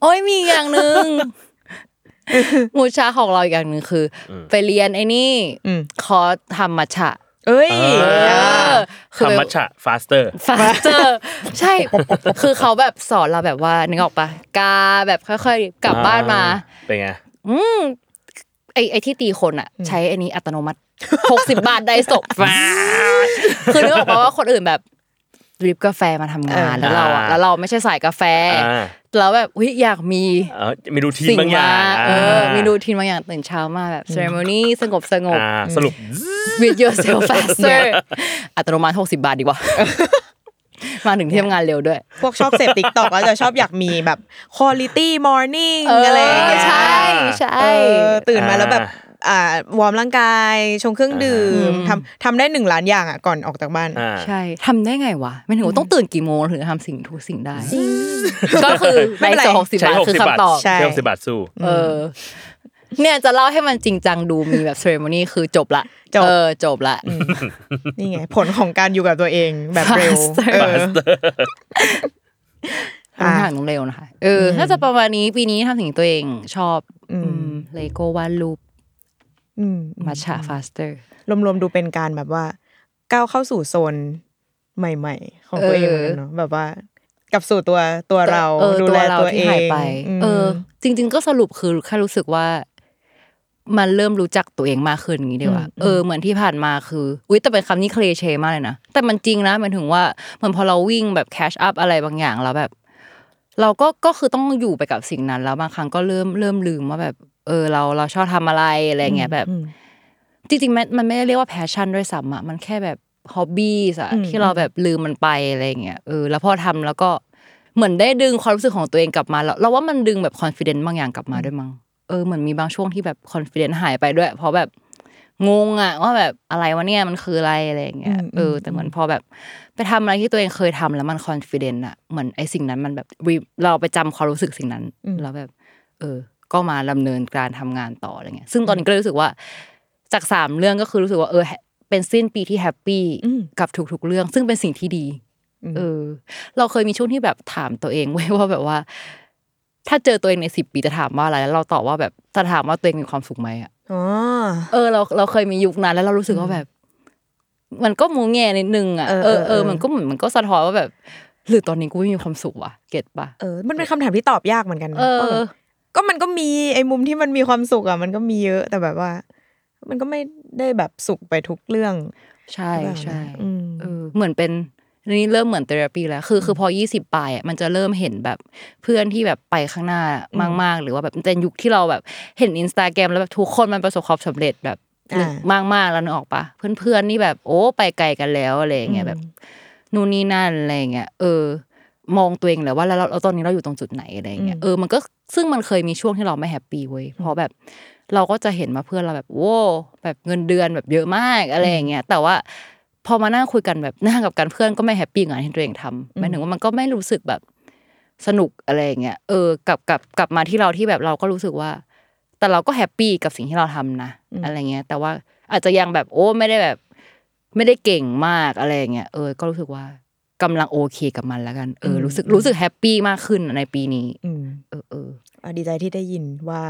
[SPEAKER 5] โอ้ยมีอีกอย่างห นึ่งหมูชาของเราอีกอย่างหนึ่งคืออไปเรียนไอ้นี่
[SPEAKER 3] อืม
[SPEAKER 5] คอร์สทำมัชชะ
[SPEAKER 3] เอ้ย
[SPEAKER 5] เออ
[SPEAKER 4] ทำมัชชะ faster
[SPEAKER 5] ฟาสเตอร์ ใช่ คือเขาแบบสอนเราแบบว่านึกออกปะกาแบบค่อยๆ กลับบ้านมา
[SPEAKER 4] อ่เป็นไง
[SPEAKER 5] อืมไอไอที่ตีคนอะใช้ไอันนี้อัตโนมัติหกสิบบาทได้ศพคือนึกออกปะว่าคนอื่นแบบริบกาแฟมาทำงานแล้วเราอะ
[SPEAKER 4] อ่า
[SPEAKER 5] แล้วเราไม่ใช่สายกาแฟ
[SPEAKER 4] อ่า
[SPEAKER 5] แล้วแบบอุ๊ยอยากมี
[SPEAKER 4] เออมีรูทีน
[SPEAKER 5] สิ่ง
[SPEAKER 4] บางอย่าม
[SPEAKER 5] าง เออมีรู
[SPEAKER 4] ท
[SPEAKER 5] ทีนบางอย่างตื่นเช้ามาแบบเซเรมนีสงบสงบ
[SPEAKER 4] สรุป
[SPEAKER 5] with yourself faster อัตโนมัติหกสิบาทดีกว่า มาถึงเที่ยงงานเร็วด้วย
[SPEAKER 3] พวกชอบเสพติ๊กต็อกก็จะชอบอยากมีแบบ quality morning
[SPEAKER 5] เออ
[SPEAKER 3] อะไรอย่างเงี้ย
[SPEAKER 5] ใช่ใช่
[SPEAKER 3] เออตื่นมาแล้วแบบ
[SPEAKER 4] อ่า
[SPEAKER 3] อ่าวอร์มร่างกายชงเครื่องดื่ม
[SPEAKER 5] อืม
[SPEAKER 3] ทำทำได้หนึ่งล้านอย่างอ่ะก่อนออกจากบ้าน
[SPEAKER 4] อ่า
[SPEAKER 5] ใช่ทำได้ไงวะไม่ถึงว่าต้องตื่นกี่โมงถึงจะทำสิ่งทุกสิ่งได้ ก็คือ
[SPEAKER 3] ไม่เป็นไร
[SPEAKER 5] หกสิบ
[SPEAKER 4] ใช้
[SPEAKER 5] บาท
[SPEAKER 4] หก
[SPEAKER 5] คือ
[SPEAKER 4] สิบบาท
[SPEAKER 5] คำตอบ
[SPEAKER 3] ใช่
[SPEAKER 4] ใช้หกสิบบาทสู้
[SPEAKER 5] เออ เนี่ยจะเล่าให้มันจริงจังดูมีแบบเซเรม o นีคือจบละ
[SPEAKER 3] จบ
[SPEAKER 5] เออจบละ
[SPEAKER 3] นี่ไง ผลของการอยู่กับตัวเอง แบบเร็ว
[SPEAKER 5] Faster
[SPEAKER 3] เออ
[SPEAKER 5] ทำงานต้องเร็วนะคะ เอออน่าจะประมาณนี้ปีนี้ทำสิ่งที่ตัวเองชอบ อืมเลโก้วาดรูป
[SPEAKER 3] อืม
[SPEAKER 5] มัชชาฟาสเตอร์
[SPEAKER 3] รวมๆดูเป็นการแบบว่า ก้าวเข้าสู่โซนใหม่ ๆ ของตัวเอง
[SPEAKER 5] เออ
[SPEAKER 3] เหมือนกันเนาะแบบว่า กับสู่ตัวตัวเรา
[SPEAKER 5] เออ
[SPEAKER 3] ดู
[SPEAKER 5] ตัว
[SPEAKER 3] แล
[SPEAKER 5] เรา
[SPEAKER 3] ตัวเอ
[SPEAKER 5] ที่หาย
[SPEAKER 3] ง
[SPEAKER 5] ไป
[SPEAKER 3] ม
[SPEAKER 5] เออ จริง ๆ ก็สรุปคือแค่รู้สึกว่า มันเริ่มรู้จักตัวเองมากขึ้นอย่างนี้ดีกว่าเออเหมือนที่ผ่านมาคืออุ้ยแต่เป็นคำนี้เคลเช่มากเลยนะแต่มันจริงนะหมายถึงว่าเหมือนพอเราวิ่งแบบแคชอัพอะไรบางอย่างแล้วแบบ เราก็ก็คือต้องอยู่ไปกับสิ่งนั้น แล้วบางครั้งก็เริ่มเริ่มลืมว่าแบบ เออ เราเราชอบทำอะไรอะไรเงี้ยแบบ จริงๆมันมันไม่ได้เรียกว่าแพชชั่นด้วยซ้ำอะมันแค่แบบฮ็อบบี้อะที่เราแบบลืมมันไปอะไรอย่างเงี้ยเออแล้วพอทำแล้วก็เหมือนได้ดึงความรู้สึกของตัวเองกลับมาแล้วเราว่ามันดึงแบบคอนฟ idence บางอย่างกลับมาด้วยมั้งเออเหมือนมีบางช่วงที่แบบคอนฟ idence หายไปด้วย เพราะแบบงงอะว่าแบบอะไรวะเนี่ยมันคืออะไรอะไรอย่างเงี้ยเออแต่เหมือนพอแบบ ไปทำอะไรที่ตัวเองเคยทำแล้วมันคอนฟ idence อะเหมือนไอ้สิ่งนั้นมันแบบ re- เราไปจำความรู้สึกสิ่งนั้นแล้วแบบ เออ ก็มาดำเนินการทำงานต่ออะไรเงี้ย ซึ่งตอนนี้ก็เลยรู้สึกว่า จากสามเรื่องก็คือรู้สึกว่าเออแฮเป็นสิ้นปีที่แฮปปี้กับทุกๆเรื่อง ซึ่งเป็นสิ่งที่ดี เออ เราเคยมีช่วงที่แบบถามตัวเองไว้ ว่าแบบว่า ถ้าเจอตัวเองในสิบปีจะถามว่าอะไรแล้วเราตอบว่าแบบจะถามว่าตัวเองมีความสุขไหมอะ
[SPEAKER 3] อ๋อ
[SPEAKER 5] เออเราเราเคยมียุคนั้นแล้วเรารู้สึกว่าแบบ มันก็มูแงนิดนึงอ่ะ
[SPEAKER 3] เออ
[SPEAKER 5] เอ
[SPEAKER 3] เออ
[SPEAKER 5] อเอ
[SPEAKER 3] เอ
[SPEAKER 5] อ
[SPEAKER 3] อ
[SPEAKER 5] มันก็เหมือนมันก็สะท้อนว่าแบบ หรือตอนนี้กูไม่มีความสุขวะเก็ตปะ
[SPEAKER 3] เออ มันเป็นคำถามที่ตอบยากเหมือนกันนะ
[SPEAKER 5] เอ
[SPEAKER 3] ว่าแบ
[SPEAKER 5] อ
[SPEAKER 3] บก็มันก็มีไอ้มุมที่มันมีความสุขอ่ะมันก็มีเยอะแต่แบบว่า มันก็ไม่ได้แบบสุขไปทุกเรื่อง
[SPEAKER 5] ใช่ใช่
[SPEAKER 3] หรือเปล่านะอืม
[SPEAKER 5] เออเหมือนเป็นอันนี้เริ่มเหมือนเทอราปีแล้วคือคือพอยี่สิบปลายอ่ะมันจะเริ่มเห็นแบบเพื่อนที่แบบไปข้างหน้ามาก ๆ หรือว่าแบบแต่ยุคที่เราแบบเห็นอินสตาแกรมแล้วแบบทุกคนมันประสบความสำเร็จแบบมากมากๆแล้วนึกออกปะเพื่อนๆนี่แบบโอ้ไปไกลกันแล้วอะไรอย่างเงี้ยแบบนู่นนี่นั่นอะไรอย่างเงี้ยเออ มองตัวเองแหละว่าแล้วเราเราตอนนี้เราอยู่ตรงจุดไหนอะไรอย่างเงี้ยเออมันก็ซึ่งมันเคยมีช่วงที่เราไม่แฮปปี้เว้ยเพราะแบบ เราก็จะเห็นมาเพื่อนเราแบบโว้แบบเงินเดือนแบบเยอะมากอะไรอย่างเงี้ยแต่ว่าพอมานั่งคุยกันแบบนั่งกับกันเพื่อนก็ไม่แฮปปี้กับงานที่ตัวเองทำหมายถึงว่ามันก็ไม่รู้สึกแบบสนุกอะไรอย่างเงี้ยเออกลับกลับกลับมาที่เราที่แบบเราก็รู้สึกว่า แต่เราก็แฮปปี้กับสิ่งที่เราทำนะอะไรเงี้ย แต่ว่าอาจจะยังแบบโอ้ไม่ได้แบบ ไม่ได้เก่งมากอะไรอย่างเงี้ยเออ ก็รู้สึกว่ากำลังโอเคกับมันแล้วกันเออรู้สึกรู้สึกแฮปปี้มากขึ้นในปีนี้
[SPEAKER 3] อืม
[SPEAKER 5] เออเออ
[SPEAKER 3] อ่ะดีใจที่ได้ยินว่า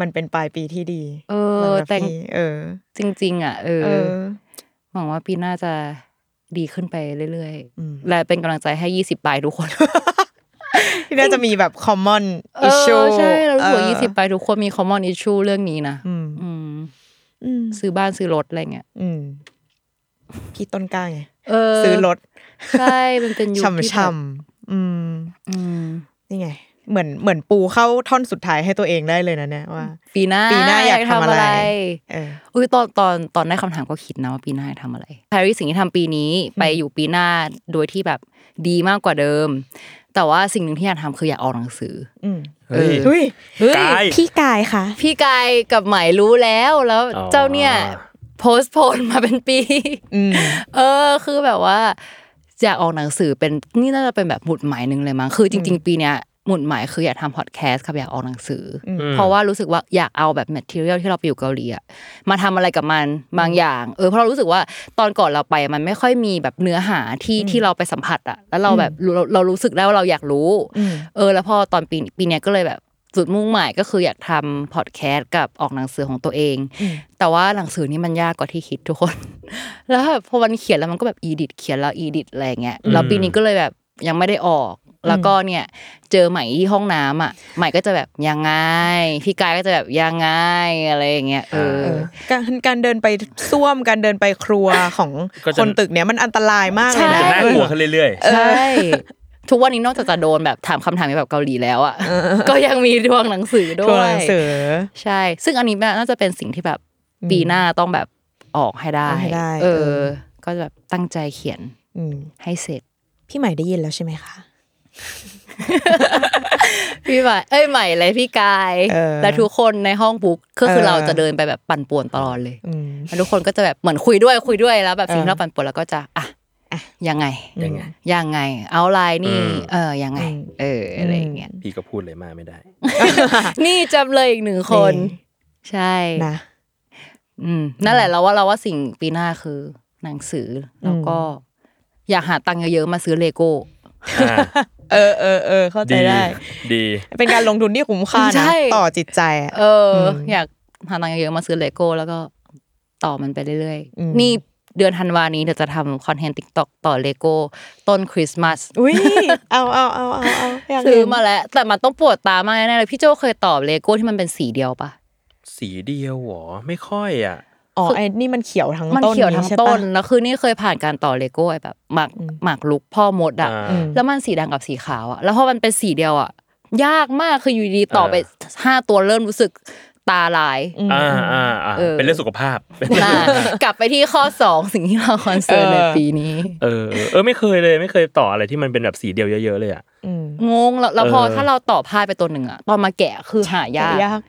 [SPEAKER 3] มันเป็นปลายปีที่ดี
[SPEAKER 5] เออ
[SPEAKER 3] สำหรับ
[SPEAKER 5] แต่ง
[SPEAKER 3] พี่เออ
[SPEAKER 5] จริง ๆ อ่ะเอ
[SPEAKER 3] เอ
[SPEAKER 5] อ
[SPEAKER 3] อ
[SPEAKER 5] หวังว่าปีหน้าจะดีขึ้นไปเรื่อย
[SPEAKER 3] อืม
[SPEAKER 5] ๆ และเป็นกำลังใจให้ 20ปลายทุกคน
[SPEAKER 3] ที่น่าจะมีแบบ common
[SPEAKER 5] เออ
[SPEAKER 3] issue
[SPEAKER 5] ใช่เรารู้สึกว่า
[SPEAKER 3] เออ
[SPEAKER 5] 20ปลายทุกคนมี common issue เรื่องนี้นะ
[SPEAKER 3] อืม
[SPEAKER 5] อืม
[SPEAKER 3] อืม
[SPEAKER 5] ซื้อบ้านซื้อรถอะไรเงี้ย
[SPEAKER 3] อืมพี่ต้นกล้าไง
[SPEAKER 5] เออ
[SPEAKER 3] ซื้อรถ
[SPEAKER 5] ใช่มันเป็นยุค
[SPEAKER 3] ช่ำ
[SPEAKER 5] ที่
[SPEAKER 3] ช่ำๆอืมนี่ไง เหมือนเหมือนปูเข้าท่อนสุดท้ายให้ตัวเองได้เลยนะเนี่ยว่า
[SPEAKER 5] ปีหน้า
[SPEAKER 3] ปีหน้าอยากทำอะไร เออ
[SPEAKER 5] อุ้ยตอนตอนตอนได้คำถามก็คิดนะว่าปีหน้าอยากทำอะไรแพรรี่สิ่งที่ทำปีนี้ไปอยู่ปีหน้าโดยที่แบบดีมากกว่าเดิม แต่ว่าสิ่งหนึ่งที่อยากทำคืออยากออกหนังสืออ
[SPEAKER 3] ม
[SPEAKER 5] เออ
[SPEAKER 3] เฮ้ย
[SPEAKER 4] กาย
[SPEAKER 3] พี่กายค่ะ
[SPEAKER 5] พี่กายกับไหมรู้แล้วแล้ว
[SPEAKER 4] อ๋อ
[SPEAKER 5] เจ้าเนี่ยโพสต์โพนมาเป็นปีเออ คือแบบว่าอยากออกหนังสือเป็นนี่น่าจะเป็นแบบหมุดหมายหนึ่งเลยมั้งคือจริง ๆ ปีเนี้ยหมุดหมายคืออยากทำพอดแคสต์กับอยากออกหนังสืออเพราะว่ารู้สึกว่าอยากเอาแบบแมทเทียลที่เราไปอยู่เกาหลีอะมาทำอะไรกับมันบางอย่าง เออเพราะเรารู้สึกว่าตอนก่อนเราไปมันไม่ค่อยมีแบบเนื้อหาที่ที่เราไปสัมผัสอะแล้วเราแบบเราเรารู้สึกได้ว่าเราอยากรู้ เออแล้วพอตอนปีปีเนี้ยก็เลยแบบจุดมุ่งหมายก็คืออยากทำพอดแคสต์กับออกหนังสือของตัวเอง แต่ว่าหนังสือนี่มันยากกว่าที่คิดทุกคน แล้วแบบพอมันเขียนแล้วมันก็แบบอีดิทเขียนแล้วอีดิทอะไรอย่างเงี้ยแล้วปีนี้ก็เลยแบบยังไม่ได้ออก แล้วก็เนี่ยเจอใหม่ที่ห้องน้ำอ่ะใหม่ก็จะแบบยังไง พี่กายก็จะแบบยังไงอะไรอย่างเงี้ยเออ
[SPEAKER 3] การการเดินไปซ่วมการเดินไปครัวของ
[SPEAKER 4] ก็จะ
[SPEAKER 3] คนตึกเนี้ยมันอันตรายมากเลย
[SPEAKER 5] ใช่
[SPEAKER 3] นะ
[SPEAKER 4] จะน่ากลัวขึ้นเรื่อย
[SPEAKER 5] ใช่ ทุกวันนี้นอกจากจะโดนแบบถามคำถามแบบเกาหลีแล้วอ่ะก็ยังมีดวงหนังสือด้วย
[SPEAKER 3] ตัวหนังสือ
[SPEAKER 5] ใช่ ซึ่งอันนี้น่าจะเป็นสิ่งที่แบบปีหน้าต้องแบบออกให้ได้
[SPEAKER 3] ออกให้ได้
[SPEAKER 5] เอ
[SPEAKER 3] เอ
[SPEAKER 5] อ
[SPEAKER 3] อ
[SPEAKER 5] ก็จะแบบตั้งใจเขียน
[SPEAKER 3] อืม
[SPEAKER 5] ให้เสร็จ
[SPEAKER 3] พี่ใหม่ได้ยินแล้วใช่ไหมคะ
[SPEAKER 5] พี่ใหม่เอ้ยใหม่เลยพี่กาย
[SPEAKER 3] เออ
[SPEAKER 5] และทุกคนในห้องบุ๊กก็คือ
[SPEAKER 3] เออ
[SPEAKER 5] เราจะเดินไปแบบปั่นป่วนตลอดเลย
[SPEAKER 3] อืม
[SPEAKER 5] แล้วทุกคนก็จะแบบเหมือนคุยด้วยคุยด้วยแล้ว แบบสิ่ง
[SPEAKER 3] เออ
[SPEAKER 5] ที่เราปั่นป่วนแล้วก็จะอ่ะอ่ะยังไง
[SPEAKER 4] ยังไง
[SPEAKER 5] ยังไง เอาไลน์นี่
[SPEAKER 4] อืม
[SPEAKER 5] เออยังไง
[SPEAKER 3] อืม
[SPEAKER 5] เอออะไรอย่างเงี้ย
[SPEAKER 4] พี่ก็พูดเลยมากไม่ได้
[SPEAKER 5] นี่จำเลยอีกหนึ่งคน ใช่
[SPEAKER 3] นะ
[SPEAKER 5] อืมนั่นแหละเราว่าเราว่าสิ่งปีหน้าคือ หนังสือแล้วก็ อยากหาตังค์เยอะๆมาซื้อเลโก้
[SPEAKER 4] อ่า
[SPEAKER 3] เออเออเออเข้าใจ
[SPEAKER 4] ดี
[SPEAKER 3] ได้
[SPEAKER 4] ดี
[SPEAKER 3] เป็นการลงทุนที่คุ้มค่า
[SPEAKER 5] ใช่
[SPEAKER 3] นะต่อจิตใจอะ
[SPEAKER 5] เอออ
[SPEAKER 3] ม
[SPEAKER 5] อยากหาตังค์เยอะๆมาซื้อเลโก้ แล้วก็ต่อมันไปเรื่อย
[SPEAKER 3] อืม
[SPEAKER 5] ๆ นี่เดือนธันวานี้เดี๋ยวจะทำคอนเทนต์ติ๊กต็อกต่อเลโก้ ต้นคริสต์มาส
[SPEAKER 3] อุ้ย เอาเอาเอาเอาเอายกเห็น
[SPEAKER 5] ซื้อมาแล้ว แต่มันต้องปวดตามากแน่ๆเลยพี่โจเคยตอบเลโก้ที่มันเป็นสีเดียวปะ
[SPEAKER 4] สีเดียวหรอไม่ค่อยอ่ะ
[SPEAKER 3] อ๋อไอ้นี่มันเขียวทั้ง
[SPEAKER 5] มัน
[SPEAKER 3] ต้น
[SPEAKER 5] เขียวทั้ง
[SPEAKER 3] ใช่ปะ
[SPEAKER 5] ต้นแล้วคือนี่เคยผ่านการต่อเลโก้ไอ้แบบหมาก
[SPEAKER 3] อืม
[SPEAKER 5] หมากลุกพ่อมดอะ
[SPEAKER 3] อืม
[SPEAKER 5] แล้วมันสีแดงกับสีขาวอะแล้วพอมันเป็นสีเดียวอะยากมากคืออยู่ดีๆต่อไปห้าตัวเริ่มรู้สึกตาลาย
[SPEAKER 4] อ่าอ่าอ่า
[SPEAKER 5] เออ
[SPEAKER 4] เป็นเรื่องสุขภาพ
[SPEAKER 5] น่ากลับไปที่ข้อสองสิ่งที่เราคอนเซิร์นใน
[SPEAKER 3] เออ
[SPEAKER 5] ปีนี้
[SPEAKER 4] เออเออเออไม่เคยเลยไม่เคยต่ออะไรที่มันเป็นแบบสีเดียวเยอะๆเลยอ่ะ
[SPEAKER 3] อืม
[SPEAKER 5] งงแล้วแล้วพอ
[SPEAKER 4] เออ
[SPEAKER 5] ถ้าเราต่อพลาดไปตัวหนึ่งอะตอนมาแกะคือหายาก
[SPEAKER 3] ยาก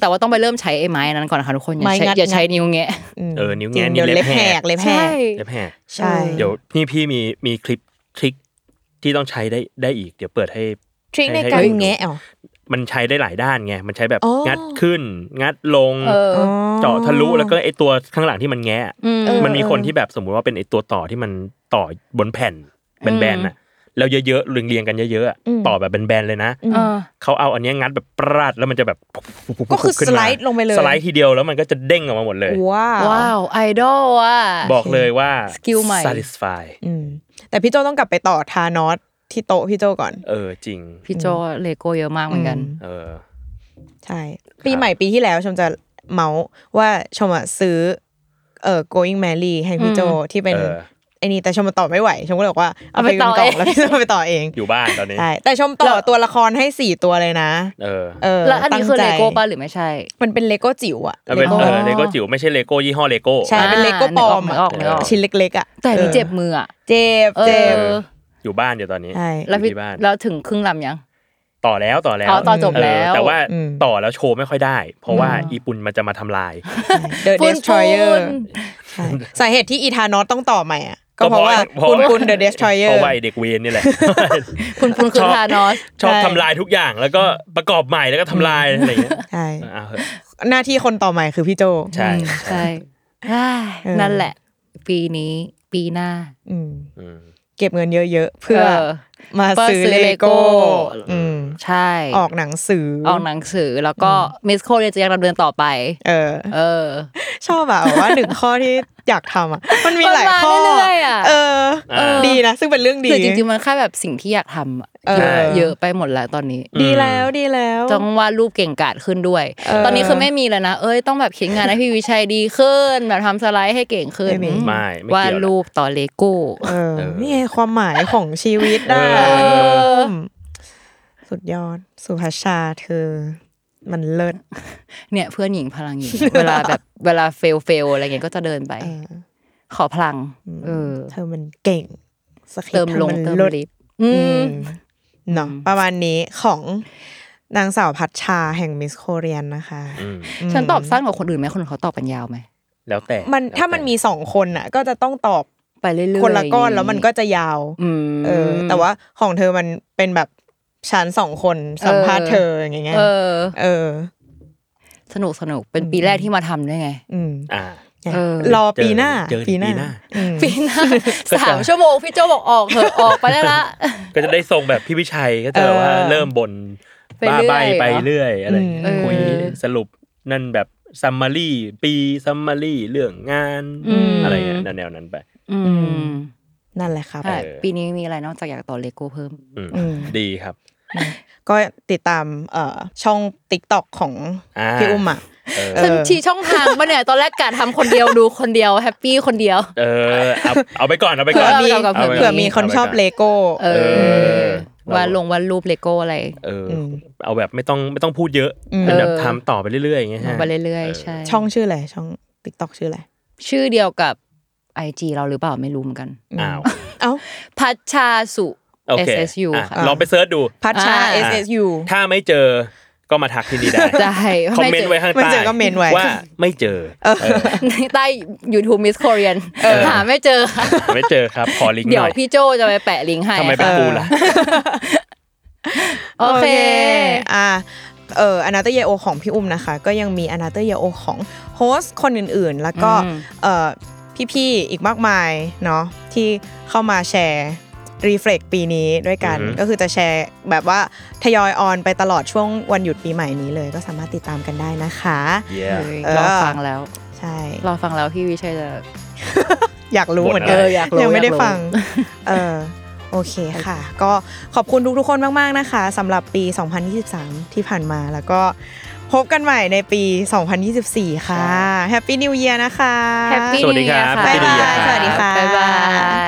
[SPEAKER 5] แต่ว่าต้องไปเริ่มใช้ไอ้ไม้นั้นก่อนนะคะทุกคนอย่า
[SPEAKER 3] ไม้
[SPEAKER 5] ใช้
[SPEAKER 3] งัด
[SPEAKER 5] อย่าใช้นิ้วแงะ
[SPEAKER 3] ม
[SPEAKER 4] เออนิ้วแงะนี่
[SPEAKER 3] จริดี๋ยว
[SPEAKER 4] เล็
[SPEAKER 3] เล็
[SPEAKER 4] บบ แห
[SPEAKER 3] แห
[SPEAKER 4] ก
[SPEAKER 3] กเล็บแหก
[SPEAKER 5] ใช่
[SPEAKER 4] เดี๋ยวแพง
[SPEAKER 3] ใช่
[SPEAKER 4] เดี๋ยวนี่พี่มีมีคลิปทริคที่ต้องใช้ได้ได้อีก เดี๋ยวเปิดให้
[SPEAKER 3] ทริคใน
[SPEAKER 4] ห้
[SPEAKER 3] การ
[SPEAKER 4] ห้ดู
[SPEAKER 3] แงะเหรอ
[SPEAKER 4] มันใช้ได้หลายด้านไงมันใช้แบบ
[SPEAKER 3] อ๋อ
[SPEAKER 4] งัดขึ้น งัดลง
[SPEAKER 5] เออ
[SPEAKER 3] อ๋อ
[SPEAKER 4] เจาะทะลุแล้วก็ไอตัวข้างหลังที่มันแงะ
[SPEAKER 5] อืม
[SPEAKER 3] เออ
[SPEAKER 4] มันมีคนที่แบบสมมุติว่าเป็นไอตัวต่อที่มันต่อบนแผ่นแบนๆน่ะแล้วเยอะๆเรียงๆกันเยอะๆอะ
[SPEAKER 3] อืม
[SPEAKER 4] ต่อแบบแบนๆเลยนะ
[SPEAKER 3] อืม
[SPEAKER 5] เออ
[SPEAKER 4] เขาเอาอันเนี้ยงัดแบบปราดแล้วมันจะแบบปุ๊บปุ๊บปุ๊บ
[SPEAKER 3] ก็คือ
[SPEAKER 4] ขึ้นมา
[SPEAKER 3] สไลด์ลงไปเลย
[SPEAKER 4] สไลด์ทีเดียวแล้วมันก็จะเด้งออกมาหมดเลย
[SPEAKER 3] ว้าว
[SPEAKER 5] ว้าวไอดอลอ่ะ
[SPEAKER 4] บอกเลยว่า
[SPEAKER 5] สกิลใหม่
[SPEAKER 4] satisfy
[SPEAKER 3] อืมแต่พี่โจต้องกลับไปต่อทานอสที่โต๊ะพี่โจก่อน
[SPEAKER 4] เออจริง
[SPEAKER 5] พี่โจเลโก้เยอะมากเหมือนกัน
[SPEAKER 4] เออ
[SPEAKER 3] ใช่ ปีใหม่ปีที่แล้วชมจะเมาส์ว่าชมอะซื้อเอ่อ going merry ให้พี่โจที่เป็น
[SPEAKER 4] เออ
[SPEAKER 3] ไอ้นี่แต่ชมมาต่อไม่ไหว ชมก็เลยบอกว่าเอา
[SPEAKER 5] เอา
[SPEAKER 3] ไป
[SPEAKER 5] ไป
[SPEAKER 3] เป็น
[SPEAKER 5] ต่อก
[SPEAKER 3] ล่อง
[SPEAKER 5] เอง
[SPEAKER 3] แล้ว พี่โจไปต่อเอง
[SPEAKER 4] อยู่บ้านตอนนี้
[SPEAKER 3] ใช่แต่ชมต่อตัวละครให้สี่ตัวเลยนะ
[SPEAKER 4] เออ
[SPEAKER 3] เออ
[SPEAKER 5] แล้วอันนี้คือเล
[SPEAKER 3] ตั้งใจ
[SPEAKER 5] โก้ป่ะหรือไม่ใช่
[SPEAKER 3] มันเป็นเลโก้จิ๋วอะ
[SPEAKER 4] เอาเป็น
[SPEAKER 5] โก้
[SPEAKER 4] เออเลโก้จิ๋วไม่ใช่เลโก้ยี่ห้อเลโก้
[SPEAKER 3] ใช่ เป็นเลโก้ปลอมอะ
[SPEAKER 5] นึกออกนึกออก
[SPEAKER 3] ชิ้นเล็กๆอะ
[SPEAKER 5] แต่นี่
[SPEAKER 3] ออ
[SPEAKER 5] เจ็บมืออะ
[SPEAKER 3] เจ็บ
[SPEAKER 5] เอ
[SPEAKER 3] เจ็บ
[SPEAKER 5] อ
[SPEAKER 4] อยู่บ้านอยู่ตอนนี้
[SPEAKER 3] ใช่
[SPEAKER 5] แล้วพี่
[SPEAKER 4] อยู่ที่บ้าน
[SPEAKER 5] แล้วถึงครึ่งลำยัง
[SPEAKER 4] ต่อแล้วต่อแล้ว
[SPEAKER 5] อ๋อต่อจบแล้ว
[SPEAKER 4] เออแต่ว่า
[SPEAKER 3] อืม
[SPEAKER 4] ต่อแล้วโชว์ไม่ค่อยได้ เพราะว่าอีปุนมันจะมาทำลาย
[SPEAKER 3] The
[SPEAKER 5] ปุ่น
[SPEAKER 3] Destroyer
[SPEAKER 5] ปุ่น
[SPEAKER 3] ใช่สาเหตุที่อีธานอสต้องต่อใหม่อะก็
[SPEAKER 4] ก็
[SPEAKER 3] เพ
[SPEAKER 4] เพราะ
[SPEAKER 3] ราะว่า
[SPEAKER 4] เพราะ
[SPEAKER 3] คุณคุณ The Destroyer
[SPEAKER 4] เพราะว่าไอ้เด็กเวนนี่แหละ
[SPEAKER 5] คุณคุณคือ
[SPEAKER 4] ชอบ
[SPEAKER 5] ทานอส
[SPEAKER 4] ชอบ
[SPEAKER 3] ใช่
[SPEAKER 4] ทำลายทุกอย่างแล้วก็ประกอบใหม่แล้วก็ทำลายอะไรอย่างเงี้ย
[SPEAKER 3] ใช่
[SPEAKER 4] เอาเหอะ
[SPEAKER 3] หน้าที่คนต่อใหม่คือพี่โจ
[SPEAKER 4] ใช่
[SPEAKER 5] ใช่อ่านั่นแหละ ปีนี้ปีหน้า
[SPEAKER 3] อืม
[SPEAKER 4] อืม
[SPEAKER 3] เก็บเงินเยอะๆ เพื่อ
[SPEAKER 5] เออ
[SPEAKER 3] มาซื้อ
[SPEAKER 5] เพื่อซื้
[SPEAKER 3] เล
[SPEAKER 5] อเลโก้
[SPEAKER 3] โก้อืม
[SPEAKER 5] ใช่
[SPEAKER 3] ออกหนังสือ
[SPEAKER 5] ออกหนังสือแล้วก็มิสโคเรียจะยังดำเนินต่อไป
[SPEAKER 3] เออ
[SPEAKER 5] เออ
[SPEAKER 3] ชอบอะว่าหนึ่งข้อที่อยากทำ อะมันมี
[SPEAKER 5] มันมา
[SPEAKER 3] หลายข้อ
[SPEAKER 5] เรื่อยๆอะ
[SPEAKER 3] เออ
[SPEAKER 4] เออ
[SPEAKER 3] ดีนะ ซึ่งเป็นเรื่องดี
[SPEAKER 5] คือจริงๆมันแค่แบบสิ่งที่อยากทำอะ
[SPEAKER 3] เออ
[SPEAKER 5] เยอะเยอะไปหมดแล้วตอนนี้
[SPEAKER 3] ดีแล้วดีแล้ว
[SPEAKER 5] ต้องวาดรูปเก่งกาจขึ้นด้วย ตอนนี้คือไม่มีแล้วนะ เอ้ยต้องแบบเขียนงานให้พี่วิชัยดีขึ้น แบบทำสไลด์ให้เก่งขึ้น
[SPEAKER 3] ไม่มี
[SPEAKER 4] ไม่ไม่เกี่ยว
[SPEAKER 5] วาดรูปต่อเลโก้
[SPEAKER 3] เออนี่ไงความหมายของชีวิตนะ
[SPEAKER 5] อ
[SPEAKER 3] สุดยอด สุภาชาเธอ มันเลิศ
[SPEAKER 5] เนี่ยเพื่อนหญิงพลังหญิง เวลาแบบ เวลาเฟลเฟลอะไรเงี้ยก็จะเดินไป ขอพลัง เออ
[SPEAKER 3] เธอมันเก่งสคริปต์
[SPEAKER 5] เติมลง
[SPEAKER 3] ธอน
[SPEAKER 5] เติม
[SPEAKER 3] ลิศ
[SPEAKER 5] ลิฟต์อื
[SPEAKER 3] อื
[SPEAKER 5] ม
[SPEAKER 3] มเนาะประมาณนี้ของนางสาวพัชชาแห่งมิสโคเรียนนะคะ
[SPEAKER 4] อืม
[SPEAKER 5] ฉันตอบสั้นกว่าคนอื่นไหมคนอื่นเขาตอบกันยาวไหม
[SPEAKER 4] แล้วแต่
[SPEAKER 3] มันถ้ามันมีสองคนอ่ะ ก็จะต้องตอบ
[SPEAKER 5] ไปเรื่อยๆ
[SPEAKER 3] คนละก้อนแล้วมันก็จะยาว
[SPEAKER 5] อืม
[SPEAKER 3] เออ แต่ว่าของเธอมันเป็นแบบฉันสองคนสัมภาษณ์
[SPEAKER 5] เออ
[SPEAKER 3] เธออย่างเงี้ย
[SPEAKER 5] เออ
[SPEAKER 3] เออ
[SPEAKER 5] สนุกสนุกเป็นปีแรกที่มาทำด้วยไง
[SPEAKER 3] อืม
[SPEAKER 4] อ่า
[SPEAKER 5] เออ
[SPEAKER 3] รอปีหน้า
[SPEAKER 4] เจอ
[SPEAKER 3] ปีห
[SPEAKER 4] ปีห
[SPEAKER 3] น้า
[SPEAKER 4] น้า
[SPEAKER 3] อืม
[SPEAKER 5] ปีหน้าสามชั่วโมงพี่โจบอกออกเถอะออกไปได้ละ
[SPEAKER 4] ก็จะได้ทรงแบบพี่วิชัยก็จะแบบว่าเริ่มบน
[SPEAKER 5] ไป
[SPEAKER 4] บ้า
[SPEAKER 5] เรื่อย
[SPEAKER 4] ใบไป
[SPEAKER 5] เหรอ
[SPEAKER 4] เรื่อยอะไรอย่างเงี้ย
[SPEAKER 5] เออ
[SPEAKER 4] คุยสรุปนั่นแบบซัมมารีปีซัมมารีเรื่องงาน
[SPEAKER 5] อืม
[SPEAKER 4] อะไรเงี้ยแนวๆนั้นไป
[SPEAKER 5] อืม
[SPEAKER 3] นั่นแหละครับ
[SPEAKER 5] อ่ะ
[SPEAKER 4] เออ
[SPEAKER 5] ปีนี้มีอะไรนอกจากอยากต่อเลโก้เพิ่ม
[SPEAKER 4] อืม
[SPEAKER 3] อืม
[SPEAKER 4] ดีครับ
[SPEAKER 3] ก็ติดตามเอ่อช่องติ๊กต็อกของ
[SPEAKER 4] อ่า
[SPEAKER 3] พี่อุ้มอ่ะ
[SPEAKER 4] เออ
[SPEAKER 3] เอ
[SPEAKER 5] ฉันชี้ช่องทางปะเนี่ย ตอนแรกกะทำคนเดียวดูคนเดียว แฮปปี้คนเดียว
[SPEAKER 4] เออเอาเอาไปก่อนเอาไปก่อน
[SPEAKER 5] เผื่อมี
[SPEAKER 4] าไปก่
[SPEAKER 5] เผื่
[SPEAKER 3] เผื่อ
[SPEAKER 5] มี
[SPEAKER 3] มีคนชอบเลโก้
[SPEAKER 5] เอ
[SPEAKER 4] เอ
[SPEAKER 5] อ
[SPEAKER 4] อ
[SPEAKER 5] วาดลงวาดรูปเลโก้อะไร
[SPEAKER 4] เอออ
[SPEAKER 3] ม
[SPEAKER 4] เอาแบบไม่ต้องไม่ต้องพูดเยอะ
[SPEAKER 3] อืม
[SPEAKER 4] เป็นแบบ
[SPEAKER 5] เออ
[SPEAKER 4] ทำต่อไปเรื่อยๆอย่างเงี้ย
[SPEAKER 5] ลง
[SPEAKER 4] ฮะ
[SPEAKER 5] ไปเรื่อยๆใช่
[SPEAKER 3] ช่องชื่ออะไรช่องติ๊กต็อกชื่ออะไร
[SPEAKER 5] ชื่อเดียวกับไอจีเราหรือเปล่าไม่รู้เหมือนกัน
[SPEAKER 4] อ้าว
[SPEAKER 3] เอ้า
[SPEAKER 5] พัชชา สุ
[SPEAKER 4] โอเค
[SPEAKER 5] SSU
[SPEAKER 4] อ่ะ
[SPEAKER 5] ค่ะ
[SPEAKER 4] ลองไปเซิร์ชดู
[SPEAKER 3] พัชชา
[SPEAKER 5] อ่า
[SPEAKER 3] SSU
[SPEAKER 4] ถ้าไม่เจอก็มาทักที่นี่ได้
[SPEAKER 5] ได้
[SPEAKER 4] คอมเมนต์ไว้ข้าง
[SPEAKER 3] ไม่
[SPEAKER 4] ใต้
[SPEAKER 3] เจอก็เมนไว้
[SPEAKER 4] ว่าไม่เจอเออ
[SPEAKER 5] ใต้ YouTube Miss Korean
[SPEAKER 4] เออ
[SPEAKER 5] หาไม่เจอค่ะ
[SPEAKER 4] ไม่เจอครับขอลิงก์
[SPEAKER 5] เดี๋
[SPEAKER 4] ห
[SPEAKER 5] ยว
[SPEAKER 4] น่อย
[SPEAKER 5] พี่โจจะไปแปะลิงก์ให้
[SPEAKER 4] ทำไมเป็นกูล่ะ
[SPEAKER 5] โอเค
[SPEAKER 3] อ่าเอออนาเตเยโอของพี่อุ้มนะคะ ก็ยังมีอนาเตเยโอของโฮสต์คนอื่นๆ แล้วก็
[SPEAKER 5] อืม
[SPEAKER 3] เออพี่ๆ อีกมากมายเนาะที่เข้ามาแชร์รีเฟล็กปีนี้ด้วยกัน
[SPEAKER 4] อือหือ
[SPEAKER 3] ก็คือจะแชร์แบบว่าทยอยออนไปตลอดช่วงวันหยุดปีใหม่นี้เลย ก็สามารถติดตามกันได้นะคะ
[SPEAKER 4] เย้
[SPEAKER 5] เฮ้ย
[SPEAKER 3] เออ
[SPEAKER 5] รอฟังแล้ว
[SPEAKER 3] ใช่
[SPEAKER 5] รอฟังแล้วพี่วิชัยจะ
[SPEAKER 3] อยากรู้เหมือน
[SPEAKER 4] บ่
[SPEAKER 3] กัน
[SPEAKER 4] นอะไร
[SPEAKER 5] เอออยากรู้
[SPEAKER 3] ยังไม่ได้
[SPEAKER 5] อยากรู้
[SPEAKER 3] ฟัง เออโอเคค่ะ ก็ขอบคุณทุกๆคนมากๆนะคะสำหรับปี 2023 ที่ผ่านมาแล้วก็พบกันใหม่ในปี 2024 ค่ะ แฮปปี้นิวเยียร์นะคะ
[SPEAKER 5] Happy
[SPEAKER 4] สวัสดี
[SPEAKER 5] New Year
[SPEAKER 4] ครับ
[SPEAKER 5] ค่ะ
[SPEAKER 4] Happy New Year
[SPEAKER 3] บ๊ายบายสวัสดีค่ะ
[SPEAKER 5] บ๊ายบาย